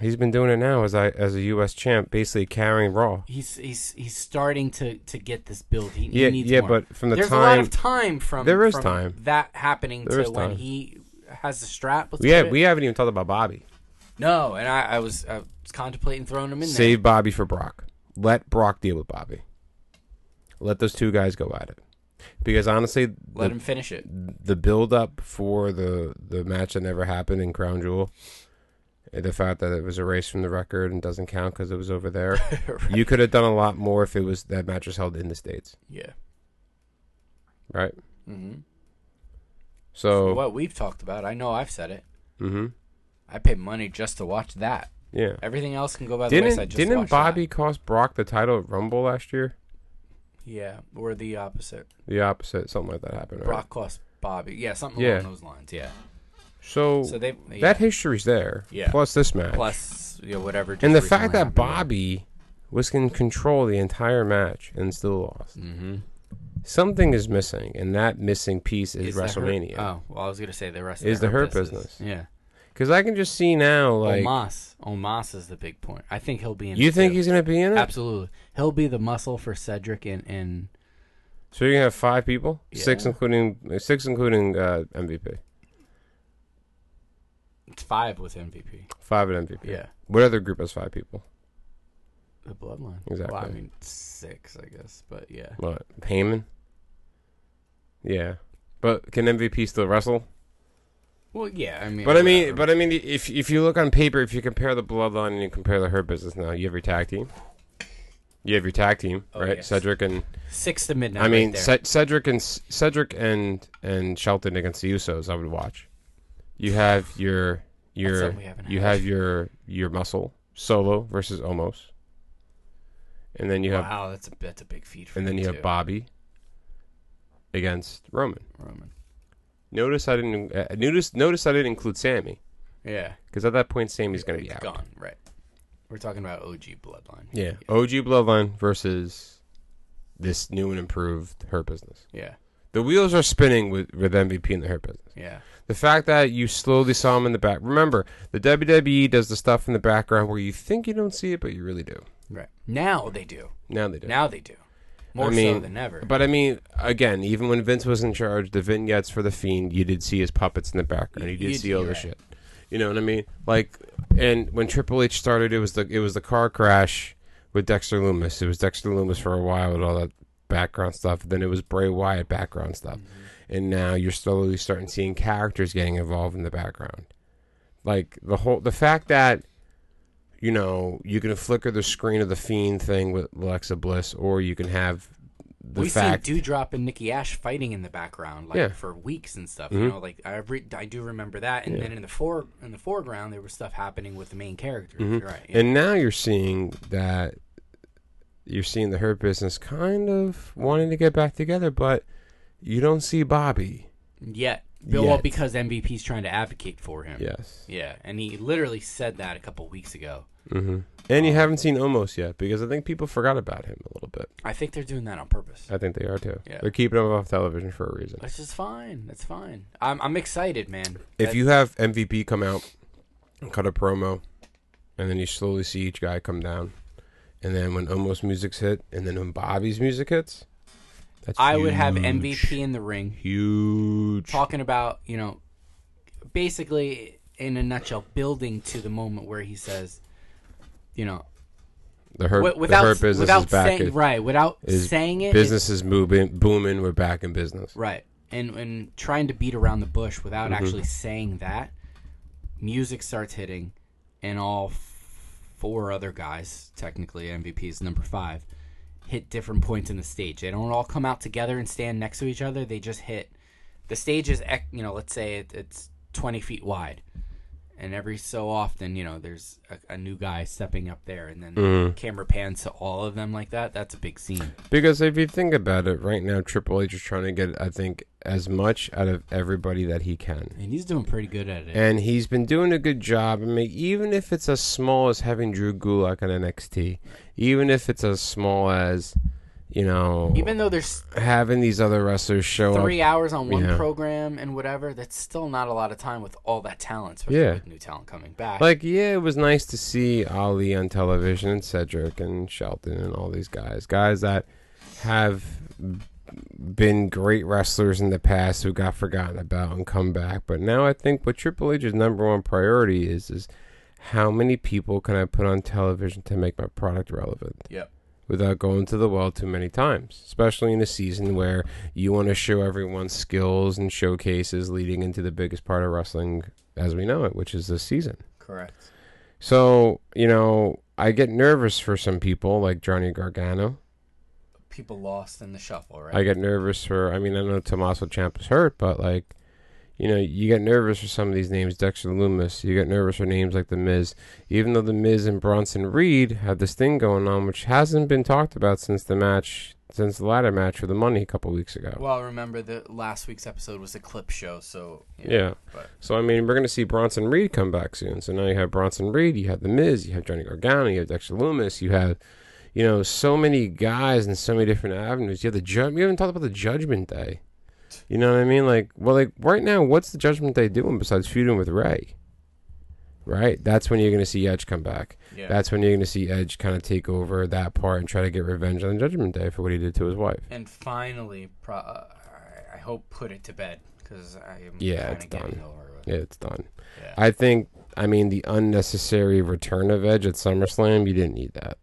[SPEAKER 2] He's been doing it now as I as a U.S. champ, basically carrying Raw.
[SPEAKER 3] He's he's he's starting to to get this build. He, he
[SPEAKER 2] Yeah,
[SPEAKER 3] needs
[SPEAKER 2] yeah,
[SPEAKER 3] more.
[SPEAKER 2] but from the
[SPEAKER 3] there's a lot of
[SPEAKER 2] time-
[SPEAKER 3] time from
[SPEAKER 2] There is
[SPEAKER 3] from
[SPEAKER 2] time.
[SPEAKER 3] that happening
[SPEAKER 2] There
[SPEAKER 3] to
[SPEAKER 2] is
[SPEAKER 3] when
[SPEAKER 2] time.
[SPEAKER 3] he has the strap. Let's
[SPEAKER 2] We have,
[SPEAKER 3] put it-
[SPEAKER 2] we haven't even talked about Bobby.
[SPEAKER 3] no, and I, I was I was contemplating throwing him in
[SPEAKER 2] Save Bobby for Brock. Let Brock deal with Bobby. Let those two guys go at it. Because honestly,
[SPEAKER 3] there. Let
[SPEAKER 2] the,
[SPEAKER 3] him finish it.
[SPEAKER 2] the build up for the the match that never happened in Crown Jewel, and the fact that it was erased from the record and doesn't count because it was over there, you could have done a lot more if it was that match was held in the states,
[SPEAKER 3] Yeah.
[SPEAKER 2] right?
[SPEAKER 3] Mhm.
[SPEAKER 2] So
[SPEAKER 3] What we've talked about, I know I've said it.
[SPEAKER 2] hmm
[SPEAKER 3] I pay money just to watch that.
[SPEAKER 2] yeah,
[SPEAKER 3] Everything else can go by the wayside.
[SPEAKER 2] didn't
[SPEAKER 3] Just
[SPEAKER 2] didn't
[SPEAKER 3] watch
[SPEAKER 2] Bobby
[SPEAKER 3] That.
[SPEAKER 2] cost Brock the title at Rumble last year?
[SPEAKER 3] Yeah, or the opposite.
[SPEAKER 2] The opposite, something like that happened. Right?
[SPEAKER 3] Brock cost Bobby. Yeah, something
[SPEAKER 2] Yeah.
[SPEAKER 3] along those lines. Yeah.
[SPEAKER 2] So,
[SPEAKER 3] So they yeah.
[SPEAKER 2] that history's there.
[SPEAKER 3] Yeah.
[SPEAKER 2] Plus this match.
[SPEAKER 3] plus you know, whatever. just
[SPEAKER 2] and the
[SPEAKER 3] recently
[SPEAKER 2] fact that
[SPEAKER 3] happened.
[SPEAKER 2] Bobby was in control the entire match and still lost.
[SPEAKER 3] Mm-hmm.
[SPEAKER 2] Something is missing, and that missing piece is,
[SPEAKER 3] Is the Hurt-
[SPEAKER 2] WrestleMania.
[SPEAKER 3] oh, well, I was gonna say the rest
[SPEAKER 2] Is
[SPEAKER 3] the
[SPEAKER 2] the Hurt business.
[SPEAKER 3] Yeah.
[SPEAKER 2] Because I can just see now, like,
[SPEAKER 3] Omas. Omas is the big point. I think he'll be in.
[SPEAKER 2] you
[SPEAKER 3] it,
[SPEAKER 2] think
[SPEAKER 3] too.
[SPEAKER 2] he's going to be in it?
[SPEAKER 3] absolutely? He'll be the muscle for Cedric and and
[SPEAKER 2] So you're gonna have five people, six
[SPEAKER 3] Yeah.
[SPEAKER 2] including six including uh, MVP,
[SPEAKER 3] it's five with MVP.
[SPEAKER 2] five at MVP.
[SPEAKER 3] Yeah.
[SPEAKER 2] What other group has five people?
[SPEAKER 3] The bloodline. Well, I
[SPEAKER 2] Exactly.
[SPEAKER 3] mean six, I guess, but yeah.
[SPEAKER 2] What? Heyman. Yeah, but can MVP still wrestle?
[SPEAKER 3] Well, yeah. I mean,
[SPEAKER 2] But I
[SPEAKER 3] whatever.
[SPEAKER 2] mean, but I mean, if if you look on paper, if you compare the bloodline and you compare the Hurt Business now, you have your tag team. You have your tag team,
[SPEAKER 3] Oh,
[SPEAKER 2] right?
[SPEAKER 3] yes.
[SPEAKER 2] Cedric and
[SPEAKER 3] six to midnight.
[SPEAKER 2] I mean
[SPEAKER 3] right there.
[SPEAKER 2] Ced Cedric and S- Cedric and and Shelton against the Usos. I would watch. You have your your
[SPEAKER 3] something we haven't
[SPEAKER 2] you
[SPEAKER 3] had.
[SPEAKER 2] have your your muscle solo versus almost, and then you have
[SPEAKER 3] wow, that's a that's a big feat. For
[SPEAKER 2] and
[SPEAKER 3] him,
[SPEAKER 2] then you
[SPEAKER 3] too.
[SPEAKER 2] have Bobby against Roman.
[SPEAKER 3] Roman.
[SPEAKER 2] Notice I didn't uh, notice notice I didn't include Sammy
[SPEAKER 3] Yeah.
[SPEAKER 2] because at that point Sammy's gonna be
[SPEAKER 3] It's
[SPEAKER 2] out.
[SPEAKER 3] Gone. Right. We're talking about OG bloodline.
[SPEAKER 2] Yeah. OG Bloodline versus this new and improved Hurt Business.
[SPEAKER 3] Yeah.
[SPEAKER 2] The wheels are spinning with, with MVP and the Hurt Business.
[SPEAKER 3] Yeah.
[SPEAKER 2] The fact that you slowly saw him in the back. Remember, the WWE does the stuff in the background where you think you don't see it, but you really do.
[SPEAKER 3] Right. Now they do.
[SPEAKER 2] Now they do.
[SPEAKER 3] Now they do. More
[SPEAKER 2] I mean,
[SPEAKER 3] so than ever.
[SPEAKER 2] But I mean, again, even when Vince was in charge, the vignettes for the Fiend, you did see his puppets in the background. You,
[SPEAKER 3] You-
[SPEAKER 2] did
[SPEAKER 3] you-
[SPEAKER 2] see all
[SPEAKER 3] you're
[SPEAKER 2] this
[SPEAKER 3] right.
[SPEAKER 2] shit. You know what I mean? Like, and when Triple H started, it was the it was the car crash with Dexter Loomis. It was Dexter Loomis for a while with all that background stuff. Then it was Bray Wyatt background stuff, and now you're slowly starting seeing characters getting involved in the background. Like the whole the fact that you know you can flicker the screen of the Fiend thing with Alexa Bliss, or you can have the
[SPEAKER 3] We've
[SPEAKER 2] fact
[SPEAKER 3] seen Dewdrop and Nikki Ash fighting in the background, like
[SPEAKER 2] Yeah. Mm-hmm.
[SPEAKER 3] for weeks and stuff. You know, like I re- I do remember that. And then in the fore in the foreground, there was stuff happening with the main characters. You're right. Yeah.
[SPEAKER 2] Mm-hmm. And now you're seeing that you're seeing the hurt business kind of wanting to get back together, but you don't see Bobby.
[SPEAKER 3] Yet, Bill, well,
[SPEAKER 2] Yet.
[SPEAKER 3] because MVP's trying to advocate for him.
[SPEAKER 2] Yes.
[SPEAKER 3] Yeah, and he literally said that a couple weeks ago.
[SPEAKER 2] And
[SPEAKER 3] Um,
[SPEAKER 2] you haven't seen Omos yet because I think people forgot about him a little bit.
[SPEAKER 3] I think they're doing that on purpose.
[SPEAKER 2] I think they are too.
[SPEAKER 3] Yeah.
[SPEAKER 2] They're keeping him off television for a reason.
[SPEAKER 3] That's just fine. That's fine. I'm I'm excited, man.
[SPEAKER 2] If you have MVP come out and cut a promo, and then you slowly see each guy come down, and then when Omos music's hit, and then when Bobby's music hits, that's
[SPEAKER 3] I would have
[SPEAKER 2] huge.
[SPEAKER 3] MVP in the ring
[SPEAKER 2] Huge.
[SPEAKER 3] talking about, you know, basically in a nutshell building to the moment where he says, you know,
[SPEAKER 2] The hurt,
[SPEAKER 3] wi-
[SPEAKER 2] the
[SPEAKER 3] without
[SPEAKER 2] hurt business
[SPEAKER 3] without
[SPEAKER 2] is back.
[SPEAKER 3] saying
[SPEAKER 2] It-
[SPEAKER 3] right, without
[SPEAKER 2] is
[SPEAKER 3] saying it it's-
[SPEAKER 2] business is moving, booming. We're back in business.
[SPEAKER 3] Right. And and trying to beat around the bush without actually saying that, music starts hitting, and all f- four other guys, technically MVP is number five, hit different points in the stage. They don't all come out together and stand next to each other. They just hit. The stage is, ec- you know, let's say it, it's twenty feet wide, and every so often, you know, there's a, a new guy stepping up there, and then camera pans to all of them like that. That's a big scene.
[SPEAKER 2] Because if you think about it, right now Triple H is trying to get, I think, as much out of everybody that he can,
[SPEAKER 3] And he's doing pretty good at it.
[SPEAKER 2] and he's been doing a good job. I mean, even if it's as small as having Drew Gulak on NXT, even if it's as small as, you know,
[SPEAKER 3] Even though there's
[SPEAKER 2] having these other wrestlers show
[SPEAKER 3] three
[SPEAKER 2] up.
[SPEAKER 3] hours on one
[SPEAKER 2] Yeah.
[SPEAKER 3] program and whatever that's still not a lot of time with all that talent especially
[SPEAKER 2] Yeah.
[SPEAKER 3] with new talent coming back
[SPEAKER 2] Like, yeah, it was nice to see Ali on television and Cedric and Shelton and all these guys. Guys that have been great wrestlers in the past who got forgotten about and come back. But now I think what Triple H's number one priority is is how many people can I put on television to make my product relevant?
[SPEAKER 3] yep
[SPEAKER 2] without going to the well too many times, especially in a season where you want to show everyone's skills and showcases leading into the biggest part of wrestling as we know it, which is this season.
[SPEAKER 3] correct
[SPEAKER 2] So, you know, I get nervous for some people like Johnny Gargano.
[SPEAKER 3] people lost in the shuffle right
[SPEAKER 2] I get nervous for, I mean, I know Tommaso Ciampa's hurt, but like, you know, you got nervous for some of these names, Dexter Loomis. You got nervous for names like The Miz, even though The Miz and Bronson Reed have this thing going on, which hasn't been talked about since the match, since the ladder match for the money a couple weeks ago.
[SPEAKER 3] Well, remember that last week's episode was a clip show, so
[SPEAKER 2] Yeah.
[SPEAKER 3] but-
[SPEAKER 2] So I mean, we're gonna see Bronson Reed come back soon. So now you have Bronson Reed, you have The Miz, you have Johnny Gargano, you have Dexter Loomis, you have, you know, so many guys in so many different avenues. You have the judge. We haven't talked about the Judgment Day. You know what I mean? Like, well, like right now, what's the Judgment Day doing besides feuding with Ray? Right. That's when you're gonna see Edge come back.
[SPEAKER 3] Yeah.
[SPEAKER 2] That's when you're gonna see Edge kind of take over that part and try to get revenge on the Judgment Day for what he did to his wife.
[SPEAKER 3] and finally, pro- uh, I- I hope put it to bed because I am
[SPEAKER 2] Yeah,
[SPEAKER 3] kinda
[SPEAKER 2] it's
[SPEAKER 3] getting
[SPEAKER 2] done.
[SPEAKER 3] over it.
[SPEAKER 2] Yeah, it's done.
[SPEAKER 3] Yeah.
[SPEAKER 2] I think, I mean, the unnecessary return of Edge at SummerSlam, you didn't need that.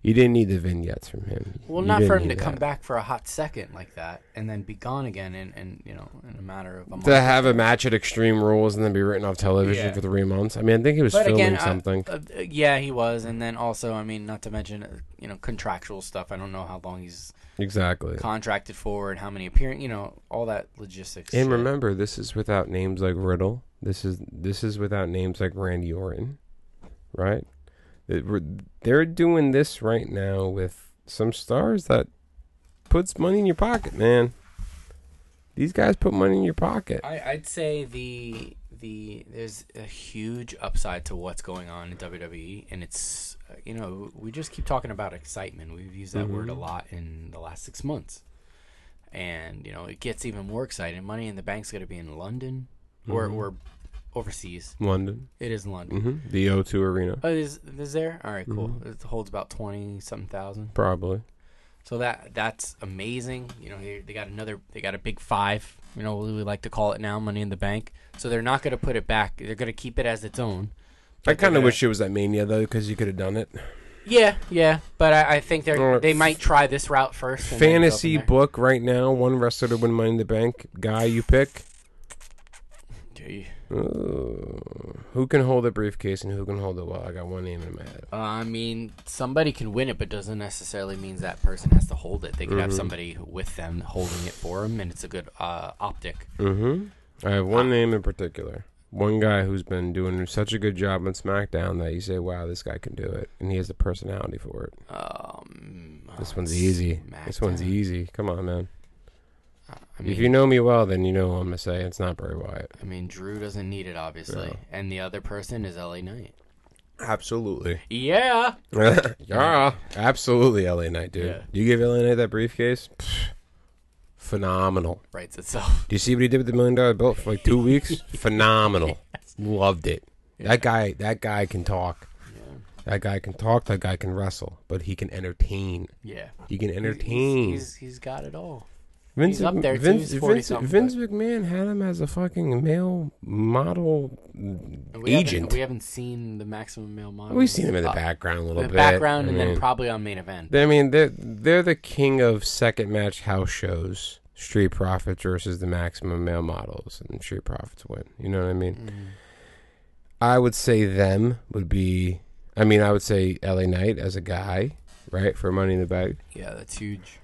[SPEAKER 2] You didn't need the vignettes from him.
[SPEAKER 3] Well,
[SPEAKER 2] You
[SPEAKER 3] not for
[SPEAKER 2] didn't
[SPEAKER 3] him to
[SPEAKER 2] need
[SPEAKER 3] come
[SPEAKER 2] that.
[SPEAKER 3] back for a hot second like that and then be gone again in, in you know in a matter of a month.
[SPEAKER 2] To have a match at Extreme Rules and then be written off television
[SPEAKER 3] Yeah.
[SPEAKER 2] for three months. I mean, I think he was
[SPEAKER 3] but
[SPEAKER 2] filming
[SPEAKER 3] again, I-
[SPEAKER 2] something.
[SPEAKER 3] uh, uh, yeah, he was, and then also, I mean, not to mention uh, you know contractual stuff. I don't know how long he's
[SPEAKER 2] exactly.
[SPEAKER 3] contracted for and how many appearing, you know, all that logistics.
[SPEAKER 2] and
[SPEAKER 3] shit.
[SPEAKER 2] remember, this is without names like Riddle. This is this is without names like Randy Orton, right? It- we're- They're doing this right now with some stars that puts money in your pocket, man. These guys put money in your pocket.
[SPEAKER 3] I, I'd say the the there's a huge upside to what's going on in WWE, and it's uh, you know we just keep talking about excitement. We've used that word a
[SPEAKER 2] Mm-hmm.
[SPEAKER 3] lot in the last six months, and you know it gets even more exciting. Money in the Bank's going to be in London or
[SPEAKER 2] Mm-hmm.
[SPEAKER 3] or overseas.
[SPEAKER 2] London,
[SPEAKER 3] It is London.
[SPEAKER 2] hmm the O2 Arena,
[SPEAKER 3] Oh, is is there? All right, cool. It holds about twenty something thousand.
[SPEAKER 2] probably.
[SPEAKER 3] So that that's amazing. You know, they, they got another, they got a big five. You know, we like to call it now, Money in the Bank. So they're not going to put it back. They're going to keep it as its own.
[SPEAKER 2] I kind of
[SPEAKER 3] gonna-
[SPEAKER 2] wish it was at Mania though, because you could have done it.
[SPEAKER 3] Yeah, yeah. But I, I think they're
[SPEAKER 2] Uh,
[SPEAKER 3] they might try this route first. and then go from
[SPEAKER 2] Fantasy
[SPEAKER 3] there.
[SPEAKER 2] book right now, one wrestler to win Money in the Bank. Guy you pick,
[SPEAKER 3] Gee.
[SPEAKER 2] Ooh. Uh, who can hold the briefcase and who can hold it well. I got one name in my head.
[SPEAKER 3] Uh, I mean, somebody can win it, but doesn't necessarily means that person has to hold it. They could have somebody with them holding it for them, and it's a good uh, optic.
[SPEAKER 2] Mm-hmm. I have
[SPEAKER 3] Ah.
[SPEAKER 2] one name in particular. One guy who's been doing such a good job on SmackDown that you say, "Wow, this guy can do it," and he has the personality for it.
[SPEAKER 3] Um,
[SPEAKER 2] This one's easy. This one's
[SPEAKER 3] SmackDown. Uh,
[SPEAKER 2] easy. Come on, man.
[SPEAKER 3] I
[SPEAKER 2] if
[SPEAKER 3] mean,
[SPEAKER 2] you know me well, then you know what I'm gonna say. It's not Bray Wyatt.
[SPEAKER 3] I mean, Drew doesn't need it, obviously, and the other person is LA Knight.
[SPEAKER 2] Absolutely.
[SPEAKER 3] Yeah.
[SPEAKER 2] yeah, absolutely, LA Knight, dude.
[SPEAKER 3] Yeah.
[SPEAKER 2] You give LA Knight that briefcase, pfft, phenomenal.
[SPEAKER 3] writes itself.
[SPEAKER 2] Do you see what he did with the million dollar belt for like two weeks? phenomenal. Loved it. That guy. That guy can talk. That guy can talk. That guy can wrestle, but he can entertain.
[SPEAKER 3] Yeah.
[SPEAKER 2] He can
[SPEAKER 3] He's,
[SPEAKER 2] entertain.
[SPEAKER 3] he's, he's got it all.
[SPEAKER 2] Vince,
[SPEAKER 3] he's up there, too.
[SPEAKER 2] Vince,
[SPEAKER 3] He's 40
[SPEAKER 2] Vince,
[SPEAKER 3] something,
[SPEAKER 2] Vince McMahon had him as a fucking male model
[SPEAKER 3] And we
[SPEAKER 2] agent.
[SPEAKER 3] Haven't, we haven't seen the maximum male model.
[SPEAKER 2] We've seen him in the
[SPEAKER 3] Uh,
[SPEAKER 2] background a little
[SPEAKER 3] the
[SPEAKER 2] bit.
[SPEAKER 3] background,
[SPEAKER 2] I
[SPEAKER 3] and
[SPEAKER 2] mean-
[SPEAKER 3] then probably on main event.
[SPEAKER 2] I mean, they're they're the king of second match house shows. Street Profits versus the Maximum Male Models, and Street Profits win. You know what I mean? I would say them would be. I mean, I would say L.A. Knight as a guy, right, for Money in the Bank.
[SPEAKER 3] Yeah, that's huge.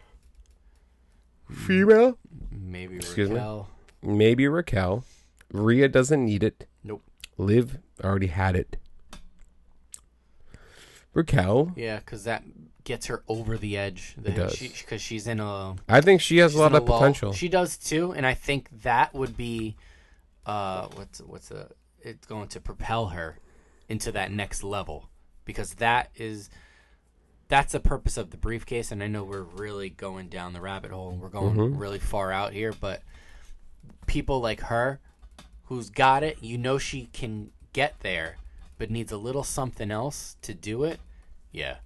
[SPEAKER 2] Female,
[SPEAKER 3] Maybe
[SPEAKER 2] Excuse me?
[SPEAKER 3] Raquel.
[SPEAKER 2] maybe Raquel. Rhea doesn't need it.
[SPEAKER 3] Nope.
[SPEAKER 2] Liv already had it. Raquel,
[SPEAKER 3] Yeah, because that gets her over the edge. The,
[SPEAKER 2] does.
[SPEAKER 3] Because she's in a
[SPEAKER 2] I think she has
[SPEAKER 3] she's
[SPEAKER 2] a lot
[SPEAKER 3] in
[SPEAKER 2] of
[SPEAKER 3] lull.
[SPEAKER 2] potential.
[SPEAKER 3] She does too, and I think that would be, uh, what's what's the it's going to propel her into that next level because that is that's the purpose of the briefcase. And I know we're really going down the rabbit hole and we're going
[SPEAKER 2] Mm-hmm.
[SPEAKER 3] really far out here, but people like her who's got it, you know, she can get there, but needs a little something else to do it. Yeah,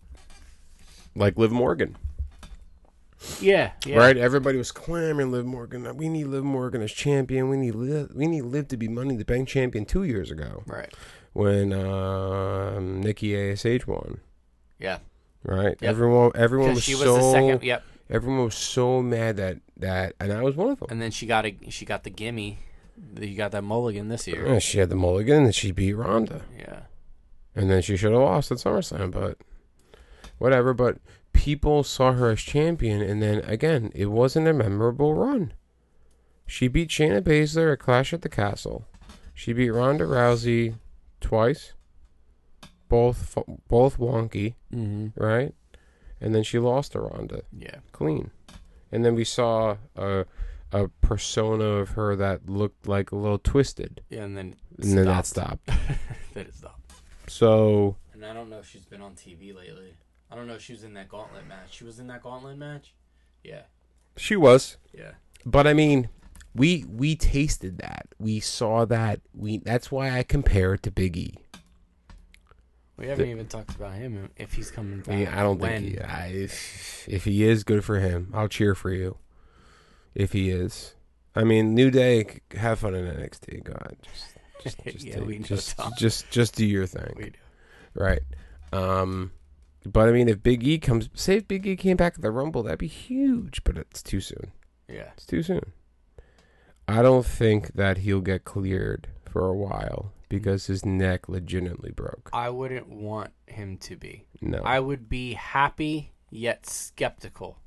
[SPEAKER 2] like Liv Morgan.
[SPEAKER 3] yeah, yeah.
[SPEAKER 2] Right? Everybody was clamoring Liv Morgan. We need Liv Morgan as champion. We need Liv, we need Liv to be Money in the Bank champion two years ago
[SPEAKER 3] right.
[SPEAKER 2] when um, Nikki Ash won.
[SPEAKER 3] Yeah,
[SPEAKER 2] Right? Everyone, everyone
[SPEAKER 3] because
[SPEAKER 2] was,
[SPEAKER 3] she was
[SPEAKER 2] so
[SPEAKER 3] the second. Yep.
[SPEAKER 2] everyone was so mad that that, and I was one of them.
[SPEAKER 3] and then she got a she got the gimme. that You got that mulligan this year.
[SPEAKER 2] Yeah, she had the mulligan and she beat Ronda,
[SPEAKER 3] Yeah.
[SPEAKER 2] and then she should have lost at SummerSlam, but whatever. But people saw her as champion, and then again, it wasn't a memorable run. She beat Shayna Baszler at Clash at the Castle. She beat Ronda Rousey twice, both fu- both wonky,
[SPEAKER 3] Mm-hmm.
[SPEAKER 2] right? And then she lost to Ronda
[SPEAKER 3] Yeah.
[SPEAKER 2] clean. And then we saw a a persona of her that looked like a little twisted,
[SPEAKER 3] Yeah, and then it
[SPEAKER 2] and then that
[SPEAKER 3] stopped.
[SPEAKER 2] stopped.
[SPEAKER 3] Then it stopped.
[SPEAKER 2] So
[SPEAKER 3] And I don't know if she's been on TV lately. I don't know if she was in that gauntlet match. She was in that gauntlet match. Yeah.
[SPEAKER 2] she was
[SPEAKER 3] Yeah.
[SPEAKER 2] but I mean, we we tasted that. We saw that. We that's why I compare it to Big E.
[SPEAKER 3] We haven't even talked about him if he's coming back.
[SPEAKER 2] I, mean, I don't
[SPEAKER 3] when.
[SPEAKER 2] think he, I, if if he is good for him, I'll cheer for you. If he is, I mean, New Day, c- have fun in NXT. God, just just just,
[SPEAKER 3] Yeah,
[SPEAKER 2] take-
[SPEAKER 3] we know,
[SPEAKER 2] just,
[SPEAKER 3] Tom.
[SPEAKER 2] just just do your thing,
[SPEAKER 3] We do.
[SPEAKER 2] right? Um, but I mean, if Big E comes, say if Big E came back at the Rumble, that'd be huge. But it's too soon.
[SPEAKER 3] Yeah.
[SPEAKER 2] It's too soon. I don't think that he'll get cleared for a while because his neck legitimately broke.
[SPEAKER 3] I wouldn't want him to be.
[SPEAKER 2] No.
[SPEAKER 3] I would be happy yet skeptical.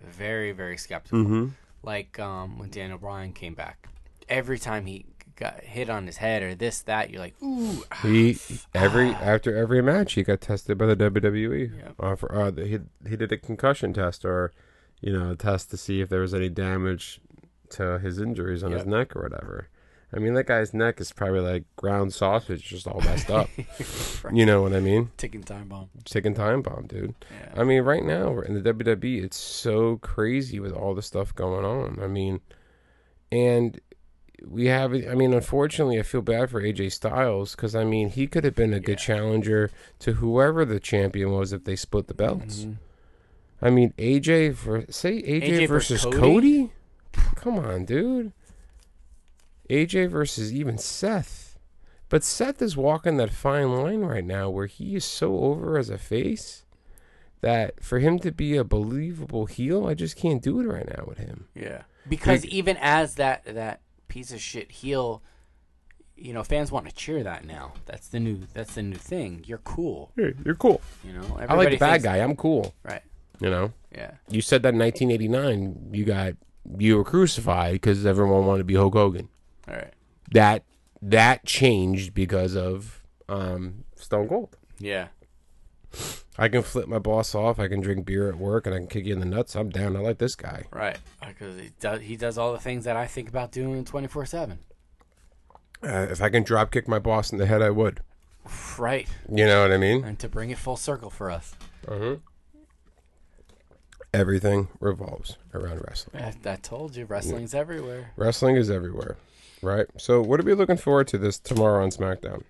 [SPEAKER 3] Very, very skeptical.
[SPEAKER 2] mm-hmm.
[SPEAKER 3] Like um, when Daniel Bryan came back. Every time he got hit on his head or this, that, you're like, ooh. ah.
[SPEAKER 2] He every after every match he got tested by the WWE.
[SPEAKER 3] Yeah.
[SPEAKER 2] Uh, for, uh, he he did a concussion test or you know a test to see if there was any damage to his injuries on his
[SPEAKER 3] Yep.
[SPEAKER 2] neck or whatever. I mean, that guy's neck is probably like ground sausage, just all messed up. you know what I mean?
[SPEAKER 3] Ticking time bomb.
[SPEAKER 2] Taking time bomb, dude.
[SPEAKER 3] Yeah.
[SPEAKER 2] I mean, right now we're in the WWE, it's so crazy with all the stuff going on. I mean, and we have, I mean, unfortunately, I feel bad for AJ Styles because I mean, he could have been a good challenger to whoever the champion was if they split the belts.
[SPEAKER 3] Mm-hmm.
[SPEAKER 2] I mean, AJ for say AJ,
[SPEAKER 3] AJ for
[SPEAKER 2] versus
[SPEAKER 3] Cody?
[SPEAKER 2] Cody? Come on, dude. AJ versus even Seth. But Seth is walking that fine line right now where he is so over as a face that for him to be a believable heel, I just can't do it right now with him.
[SPEAKER 3] Yeah. Because even as that that piece of shit heel, you know, fans want to cheer that now. That's the new that's the new thing. You're cool.
[SPEAKER 2] Hey, you're cool.
[SPEAKER 3] You know, Everybody
[SPEAKER 2] I like the bad
[SPEAKER 3] thinks-
[SPEAKER 2] guy. I'm cool.
[SPEAKER 3] Right.
[SPEAKER 2] You know,
[SPEAKER 3] Yeah.
[SPEAKER 2] you said that in 1989, you got you were crucified because everyone wanted to be Hulk Hogan.
[SPEAKER 3] All right.
[SPEAKER 2] That that changed because of um, Stone Cold.
[SPEAKER 3] Yeah.
[SPEAKER 2] I can flip my boss off. I can drink beer at work, and I can kick you in the nuts. I'm down. I like this guy.
[SPEAKER 3] Right. Because he does he does all the things that I think about doing twenty four seven.
[SPEAKER 2] Uh, if I can drop kick my boss in the head, I would.
[SPEAKER 3] Right.
[SPEAKER 2] You know what I mean?
[SPEAKER 3] And to bring it full circle for us,
[SPEAKER 2] Everything revolves around wrestling.
[SPEAKER 3] I, I told you, wrestling's everywhere.
[SPEAKER 2] Wrestling is everywhere, right? So, what are we looking forward to this tomorrow on SmackDown?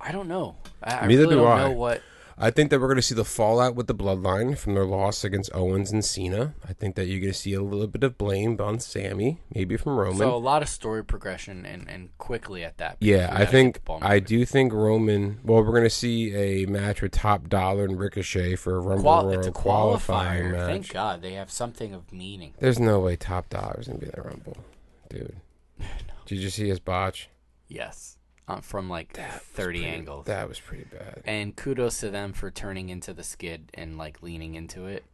[SPEAKER 3] I don't know. I, I
[SPEAKER 2] Neither
[SPEAKER 3] really
[SPEAKER 2] do
[SPEAKER 3] don't
[SPEAKER 2] I.
[SPEAKER 3] know what.
[SPEAKER 2] I think that we're going to see the fallout with the bloodline from their loss against Owens and Cena. I think that you're going to see a little bit of blame on Sammy, maybe from Roman.
[SPEAKER 3] So a lot of story progression and, and quickly at that. because
[SPEAKER 2] Yeah,
[SPEAKER 3] we
[SPEAKER 2] I
[SPEAKER 3] gotta
[SPEAKER 2] think
[SPEAKER 3] get the ball
[SPEAKER 2] I do think Roman. Well, we're gonna see a match with Top Dollar and Ricochet for a Rumble
[SPEAKER 3] Qual-
[SPEAKER 2] Royal
[SPEAKER 3] it's a
[SPEAKER 2] qualifying
[SPEAKER 3] qualifier.
[SPEAKER 2] match.
[SPEAKER 3] Thank God they have something of meaning.
[SPEAKER 2] There's no way Top Dollar's gonna be in the Rumble, dude. Did you see his botch?
[SPEAKER 3] Yes, um, from like thirty angles.
[SPEAKER 2] That was pretty bad.
[SPEAKER 3] and kudos to them for turning into the skid and like leaning into it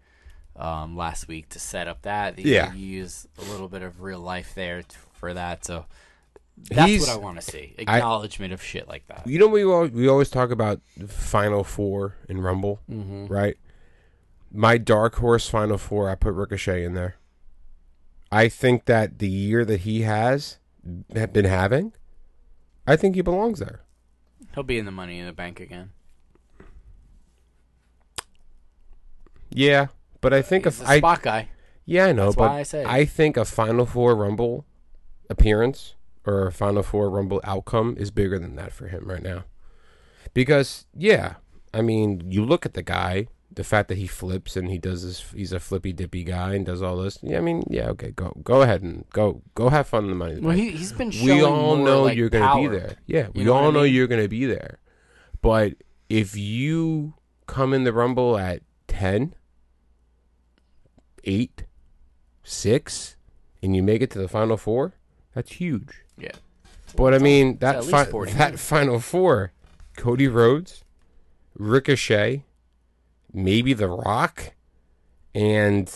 [SPEAKER 3] um, last week to set up that. You-
[SPEAKER 2] Yeah.
[SPEAKER 3] you use a little bit of real life there t- for that. So that's
[SPEAKER 2] He's-
[SPEAKER 3] what I want to see acknowledgement of shit like that.
[SPEAKER 2] You know, we always, we always talk about Final Four in Rumble,
[SPEAKER 3] Mm-hmm.
[SPEAKER 2] right? My dark horse Final Four, I put Ricochet in there. I think that the year that he has have been having, I think he belongs there.
[SPEAKER 3] He'll be in the Money in the Bank again.
[SPEAKER 2] Yeah, but I think
[SPEAKER 3] He's
[SPEAKER 2] if
[SPEAKER 3] a
[SPEAKER 2] I
[SPEAKER 3] spot guy.
[SPEAKER 2] yeah I know,
[SPEAKER 3] That's
[SPEAKER 2] but
[SPEAKER 3] why I say it.
[SPEAKER 2] think a Final Four Rumble appearance or a Final Four Rumble outcome is bigger than that for him right now, because yeah, I mean you look at the guy, the fact that he flips and he does this, he's a flippy dippy guy and does all this. Yeah, I mean yeah, okay, go go ahead and go go have fun in the money. in the
[SPEAKER 3] Well,
[SPEAKER 2] Bank
[SPEAKER 3] he, he's been showing
[SPEAKER 2] we all
[SPEAKER 3] more,
[SPEAKER 2] know
[SPEAKER 3] like,
[SPEAKER 2] you're going to be
[SPEAKER 3] power.
[SPEAKER 2] there. Yeah, we
[SPEAKER 3] know what
[SPEAKER 2] all
[SPEAKER 3] I
[SPEAKER 2] know
[SPEAKER 3] mean?
[SPEAKER 2] you're going to be there. But if you come in the Rumble at 10, 8, 6, and you make it to the Final Four, that's huge.
[SPEAKER 3] Yeah.
[SPEAKER 2] But I mean, that,
[SPEAKER 3] at least
[SPEAKER 2] fi-
[SPEAKER 3] 40
[SPEAKER 2] that Final Four Cody Rhodes, Ricochet, maybe The Rock, and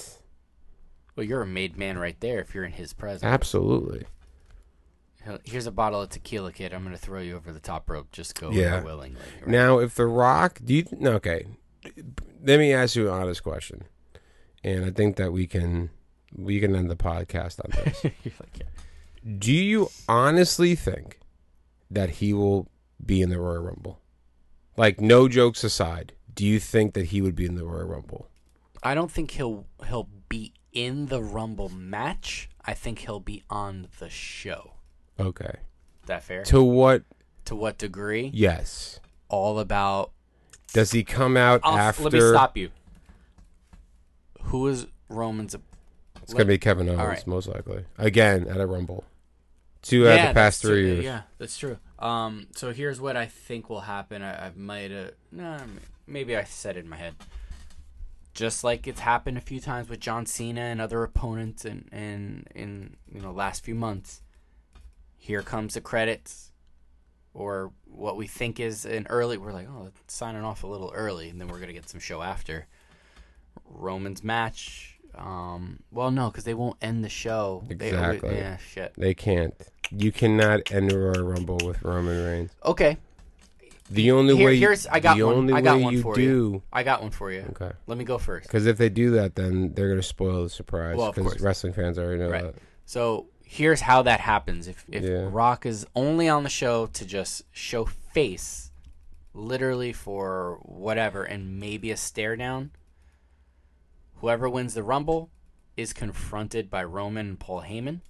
[SPEAKER 3] Well, you're a made man right there if you're in his presence.
[SPEAKER 2] Absolutely.
[SPEAKER 3] Hell, Here's a bottle of tequila, kid. I'm gonna throw you over the top rope. Just go
[SPEAKER 2] Yeah.
[SPEAKER 3] willingly. right?
[SPEAKER 2] Now, if The Rock, do you? No, okay. Let me ask you an honest question, and I think that we can we can end the podcast on this.
[SPEAKER 3] You're like, yeah.
[SPEAKER 2] do you honestly think that he will be in the Royal Rumble? Like, no jokes aside, do you think that he would be in the Royal Rumble?
[SPEAKER 3] I don't think he'll he'll be in the Rumble match. I think he'll be on the show.
[SPEAKER 2] Okay.
[SPEAKER 3] Is that fair?
[SPEAKER 2] To what?
[SPEAKER 3] to what degree?
[SPEAKER 2] Yes.
[SPEAKER 3] All about.
[SPEAKER 2] Does he come out
[SPEAKER 3] I'll,
[SPEAKER 2] after?
[SPEAKER 3] Let me stop you. Who is Roman's? op-
[SPEAKER 2] It's gonna be Kevin Owens,
[SPEAKER 3] right.
[SPEAKER 2] most likely. Again at a Rumble. Two out of the
[SPEAKER 3] that's
[SPEAKER 2] past three
[SPEAKER 3] true.
[SPEAKER 2] years.
[SPEAKER 3] Yeah, that's true. Um, so here's what I think will happen. I, I might have, nah, m- maybe I said it in my head. Just like it's happened a few times with John Cena and other opponents, and and in you know last few months, here comes the credits, or what we think is an early. We're like, oh, it's signing off a little early, and then we're gonna get some show after. Roman's match. Um, well, no, because they won't end the show. They always-
[SPEAKER 2] Exactly.
[SPEAKER 3] yeah, shit.
[SPEAKER 2] They can't. You cannot end the Royal Rumble with Roman Reigns.
[SPEAKER 3] Okay,
[SPEAKER 2] The only
[SPEAKER 3] Here-
[SPEAKER 2] way
[SPEAKER 3] here's- I got
[SPEAKER 2] the
[SPEAKER 3] one.
[SPEAKER 2] only
[SPEAKER 3] I got
[SPEAKER 2] way
[SPEAKER 3] one
[SPEAKER 2] you
[SPEAKER 3] for
[SPEAKER 2] do,
[SPEAKER 3] you. I got one for you.
[SPEAKER 2] Okay.
[SPEAKER 3] Let me go first.
[SPEAKER 2] Because if they do that, then they're gonna spoil the surprise.
[SPEAKER 3] Well, of
[SPEAKER 2] Because
[SPEAKER 3] course.
[SPEAKER 2] wrestling fans already know
[SPEAKER 3] Right.
[SPEAKER 2] that.
[SPEAKER 3] So here's how that happens. If if
[SPEAKER 2] Yeah.
[SPEAKER 3] Rock is only on the show to just show face, literally for whatever, and maybe a stare down. Whoever wins the Rumble is confronted by Roman and Paul Heyman.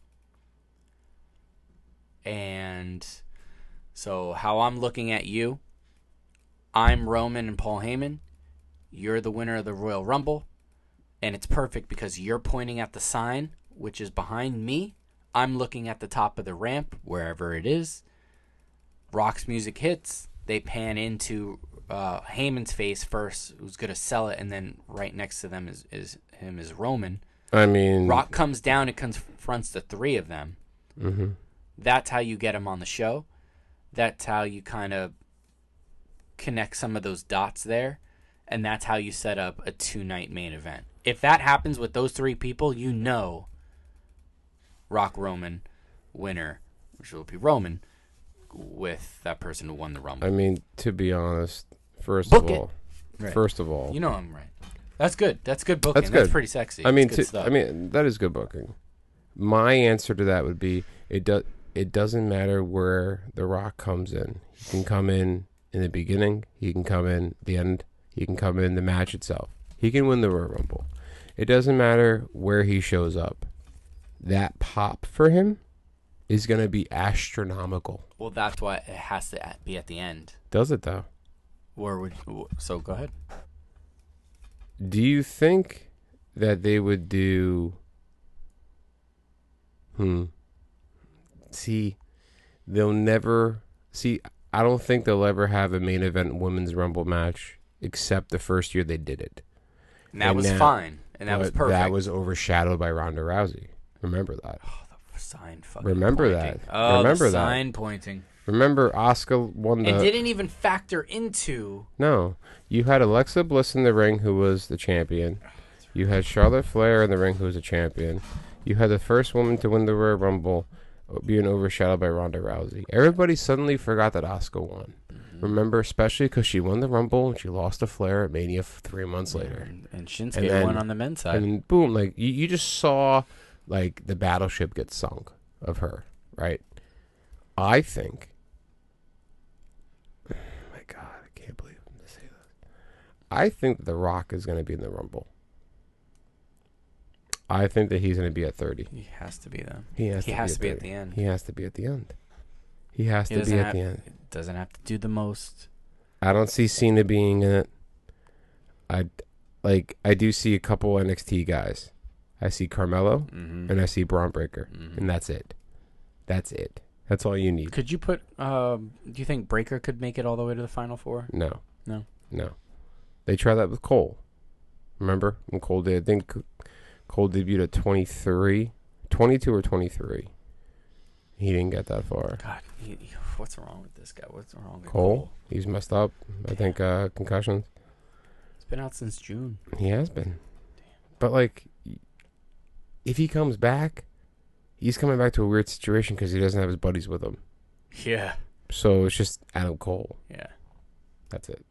[SPEAKER 3] And so how I'm looking at you, I'm Roman and Paul Heyman. You're the winner of the Royal Rumble. And it's perfect because you're pointing at the sign, which is behind me. I'm looking at the top of the ramp, wherever it is. Rock's music hits. They pan into uh, Heyman's face first, who's going to sell it. And then right next to them is, is him is Roman.
[SPEAKER 2] I mean,
[SPEAKER 3] Rock comes down and confronts the three of them. Mm-hmm. That's how you get him on the show. That's how you kind of connect some of those dots there, and that's how you set up a two-night main event. If that happens with those three people, you know Rock Roman winner, which will be Roman, with that person who won the Rumble.
[SPEAKER 2] I mean, to be honest, first
[SPEAKER 3] Book
[SPEAKER 2] of
[SPEAKER 3] it.
[SPEAKER 2] all,
[SPEAKER 3] Right.
[SPEAKER 2] first of all,
[SPEAKER 3] you know I'm right. That's good. That's good booking. That's,
[SPEAKER 2] good.
[SPEAKER 3] pretty sexy.
[SPEAKER 2] I mean,
[SPEAKER 3] That's good
[SPEAKER 2] to,
[SPEAKER 3] stuff.
[SPEAKER 2] I mean, that is good booking. My answer to that would be it does. It doesn't matter where The Rock comes in. He can come in in the beginning. He can come in at the end. He can come in the match itself. He can win the Royal Rumble. It doesn't matter where he shows up. That pop for him is going to be astronomical.
[SPEAKER 3] well, that's why it has to at- be at the end.
[SPEAKER 2] Does it though?
[SPEAKER 3] Where would so go ahead?
[SPEAKER 2] Do you think that they would do? Hmm. See, they'll never see. I don't think they'll ever have a main event women's rumble match except the first year they did it.
[SPEAKER 3] And that
[SPEAKER 2] And
[SPEAKER 3] was
[SPEAKER 2] that-
[SPEAKER 3] fine, and that was
[SPEAKER 2] But
[SPEAKER 3] perfect.
[SPEAKER 2] That was overshadowed by Ronda Rousey. Remember that.
[SPEAKER 3] oh, the sign fucking
[SPEAKER 2] Remember
[SPEAKER 3] pointing.
[SPEAKER 2] that.
[SPEAKER 3] Oh,
[SPEAKER 2] Remember
[SPEAKER 3] the
[SPEAKER 2] that. Uh,
[SPEAKER 3] sign pointing.
[SPEAKER 2] Remember, Oscar won the.
[SPEAKER 3] it didn't even factor into
[SPEAKER 2] No, you had Alexa Bliss in the ring, who was the champion. You had Charlotte Flair in the ring, who was a champion. You had the first woman to win the Royal Rumble, uh, being overshadowed by Ronda Rousey. Everybody suddenly forgot that Oscar won. Remember, especially because she won the Rumble and she lost to Flair at Mania f- three months later.
[SPEAKER 3] and, and Shinsuke
[SPEAKER 2] And then-
[SPEAKER 3] won on the men's side.
[SPEAKER 2] And boom, like you, you just saw like the battleship get sunk of her, right? I think Oh my God, I can't believe I'm gonna say this. I think The Rock is gonna be in the Rumble. I think that he's gonna be at thirty.
[SPEAKER 3] he has to be though.
[SPEAKER 2] He has
[SPEAKER 3] He
[SPEAKER 2] to
[SPEAKER 3] has
[SPEAKER 2] be,
[SPEAKER 3] to be at
[SPEAKER 2] 30.
[SPEAKER 3] the end.
[SPEAKER 2] He has to be at the end. He has
[SPEAKER 3] He
[SPEAKER 2] to be
[SPEAKER 3] doesn't
[SPEAKER 2] at
[SPEAKER 3] have-
[SPEAKER 2] the end.
[SPEAKER 3] Doesn't have to do the most.
[SPEAKER 2] I don't see Cena being in it. I like I do see a couple NXT guys. I see Carmelo
[SPEAKER 3] Mm-hmm.
[SPEAKER 2] and I see Braun Breaker, and that's it. That's it. That's all you need.
[SPEAKER 3] Could you put? Um, do you think Breaker could make it all the way to the final four?
[SPEAKER 2] No,
[SPEAKER 3] No.
[SPEAKER 2] no. They tried that with Cole. Remember when Cole did? I think Cole debuted at 23, 22 or twenty three. He didn't get that far.
[SPEAKER 3] God, he, he- what's wrong with this guy? What's wrong with
[SPEAKER 2] Cole, he's messed up. I think uh, concussions.
[SPEAKER 3] It's been out since June.
[SPEAKER 2] He has been. But like y- if he comes back, he's coming back to a weird situation because he doesn't have his buddies with him.
[SPEAKER 3] Yeah.
[SPEAKER 2] So it's just Adam Cole.
[SPEAKER 3] Yeah.
[SPEAKER 2] That's it.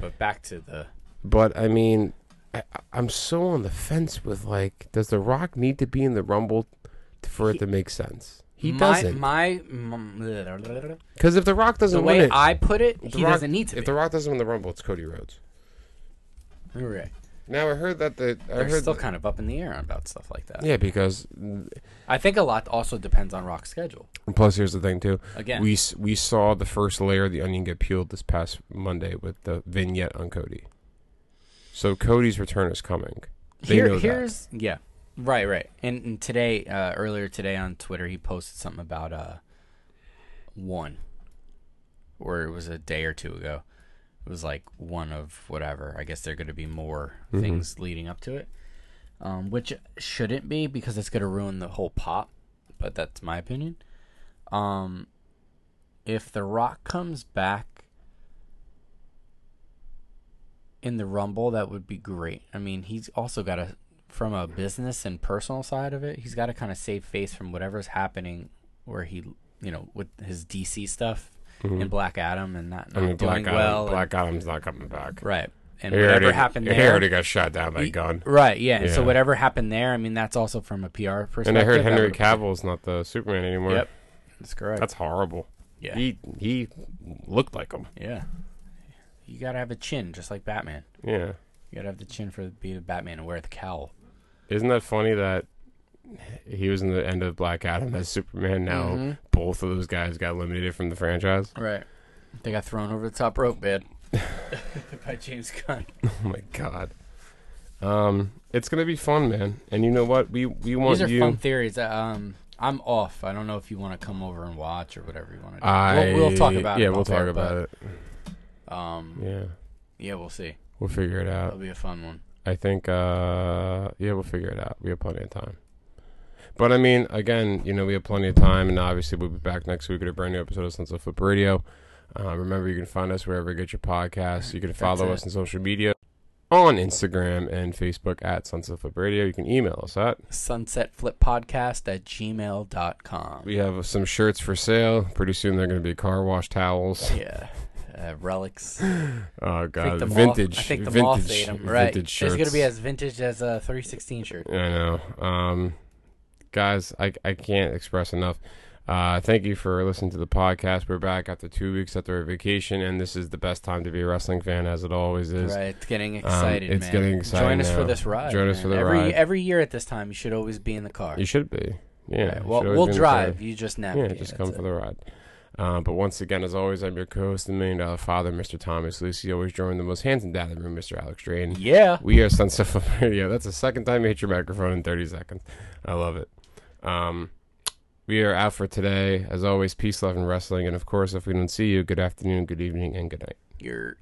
[SPEAKER 3] But back to the
[SPEAKER 2] But I mean, I, I'm so on the fence with like, does The Rock need to be in the Rumble t- for it to make sense? He
[SPEAKER 3] my,
[SPEAKER 2] doesn't.
[SPEAKER 3] My mm,
[SPEAKER 2] Because if The Rock doesn't
[SPEAKER 3] the
[SPEAKER 2] win
[SPEAKER 3] way
[SPEAKER 2] it,
[SPEAKER 3] I put it,
[SPEAKER 2] if
[SPEAKER 3] he
[SPEAKER 2] The Rock-
[SPEAKER 3] doesn't need to.
[SPEAKER 2] If
[SPEAKER 3] be.
[SPEAKER 2] The Rock doesn't win the Rumble, it's Cody Rhodes.
[SPEAKER 3] You're right.
[SPEAKER 2] Now I heard that the I
[SPEAKER 3] They're
[SPEAKER 2] heard
[SPEAKER 3] still
[SPEAKER 2] that-
[SPEAKER 3] kind of up in the air about stuff like that.
[SPEAKER 2] yeah because
[SPEAKER 3] I think a lot also depends on Rock's schedule.
[SPEAKER 2] And plus, here's the thing too.
[SPEAKER 3] Again.
[SPEAKER 2] we s- we saw the first layer of the onion get peeled this past Monday with the vignette on Cody. So Cody's return is coming. They
[SPEAKER 3] Here-
[SPEAKER 2] know that.
[SPEAKER 3] here's yeah, right, right. And, and today, uh, earlier today on Twitter, he posted something about uh, one, or it was a day or two ago. It was like one of whatever. I guess there are going to be more things leading up to it, um, which shouldn't be because it's going to ruin the whole pop. But that's my opinion. Um, if The Rock comes back in the Rumble, that would be great. I mean, he's also got to, from a business and personal side of it, he's got to kind of save face from whatever's happening where he, you know, with his DC stuff and Black Adam and that
[SPEAKER 2] Mm-hmm. I
[SPEAKER 3] not
[SPEAKER 2] mean,
[SPEAKER 3] doing
[SPEAKER 2] Black Adam,
[SPEAKER 3] well. and-
[SPEAKER 2] Black Adam's not coming back.
[SPEAKER 3] right. And
[SPEAKER 2] He
[SPEAKER 3] whatever
[SPEAKER 2] already-
[SPEAKER 3] happened
[SPEAKER 2] He
[SPEAKER 3] there.
[SPEAKER 2] already got shot down by a gun.
[SPEAKER 3] Right, yeah. And so
[SPEAKER 2] Yeah.
[SPEAKER 3] whatever happened there, I mean, that's also from a PR perspective.
[SPEAKER 2] And I heard
[SPEAKER 3] that
[SPEAKER 2] Henry
[SPEAKER 3] would've-
[SPEAKER 2] Cavill's not the Superman anymore.
[SPEAKER 3] Yep. That's correct.
[SPEAKER 2] That's horrible.
[SPEAKER 3] yeah.
[SPEAKER 2] He he looked like him.
[SPEAKER 3] Yeah. You gotta have a chin, just like Batman.
[SPEAKER 2] Yeah.
[SPEAKER 3] You gotta have the chin for be the Batman and wear the cowl.
[SPEAKER 2] Isn't that funny that he was in the end of Black Adam as Superman? Now
[SPEAKER 3] Mm-hmm.
[SPEAKER 2] both of those guys got eliminated from the franchise.
[SPEAKER 3] Right. They got thrown over the top rope, bed by James Gunn.
[SPEAKER 2] Oh my god. Um, it's gonna be fun, man. And you know what? We we want
[SPEAKER 3] These are
[SPEAKER 2] you.
[SPEAKER 3] fun theories. Uh, Um, I'm off. I don't know if you want to come over and watch or whatever you want to do.
[SPEAKER 2] I
[SPEAKER 3] we'll, we'll talk about it.
[SPEAKER 2] yeah, we'll talk about it.
[SPEAKER 3] it. Um,
[SPEAKER 2] Yeah, Uh,
[SPEAKER 3] yeah, we'll see.
[SPEAKER 2] we'll figure it out.
[SPEAKER 3] That'll be a fun one.
[SPEAKER 2] I think. Uh, yeah, we'll figure it out. We have plenty of time. But I mean, again, you know, we have plenty of time, and obviously, we'll be back next week with a brand new episode of Sons of Flip Radio. Uh, remember, you can find us wherever you get your podcasts. You can follow
[SPEAKER 3] it.
[SPEAKER 2] us on social media on Instagram and Facebook at Sunset Flip Radio. You can email us at
[SPEAKER 3] Sunsetflippodcast at gmail.com.
[SPEAKER 2] We have some shirts for sale. Pretty soon they're going to be car wash towels.
[SPEAKER 3] Yeah. Uh, relics.
[SPEAKER 2] Oh
[SPEAKER 3] I think
[SPEAKER 2] god,
[SPEAKER 3] the
[SPEAKER 2] vintage.
[SPEAKER 3] Moth, I think the
[SPEAKER 2] vintage,
[SPEAKER 3] moth ate 'em, Right.
[SPEAKER 2] Vintage
[SPEAKER 3] It's
[SPEAKER 2] shirts.
[SPEAKER 3] gonna be as vintage as a 316 shirt.
[SPEAKER 2] I know. Um, guys, I I can't express enough. Uh, thank you for listening to the podcast. We're back after two weeks after our vacation, and this is the best time to be a wrestling fan, as it always is.
[SPEAKER 3] Right, it's getting excited,
[SPEAKER 2] um, it's
[SPEAKER 3] man.
[SPEAKER 2] getting exciting
[SPEAKER 3] Join us
[SPEAKER 2] now.
[SPEAKER 3] for this ride.
[SPEAKER 2] Join us
[SPEAKER 3] man.
[SPEAKER 2] for the
[SPEAKER 3] every,
[SPEAKER 2] ride.
[SPEAKER 3] Every year at this time, you should always be in the car.
[SPEAKER 2] You should be. Yeah.
[SPEAKER 3] Right,
[SPEAKER 2] you
[SPEAKER 3] Well,
[SPEAKER 2] should always
[SPEAKER 3] we'll
[SPEAKER 2] be in the
[SPEAKER 3] drive.
[SPEAKER 2] car.
[SPEAKER 3] You just navigate.
[SPEAKER 2] Yeah, just come
[SPEAKER 3] That's
[SPEAKER 2] for
[SPEAKER 3] it.
[SPEAKER 2] the ride. Uh, but once again, as always, I'm your co-host, the Million Dollar Father, Mr. Thomas Lucy. Always joined the most handsome dad in the room, Mr. Alex Drain.
[SPEAKER 3] Yeah.
[SPEAKER 2] We are Sunset Flip Radio. That's the second time you hit your microphone in 30 seconds. I love it. Um, we are out for today. As always, peace, love, and wrestling. And of course, if we don't see you, good afternoon, good evening, and good night.
[SPEAKER 3] You're.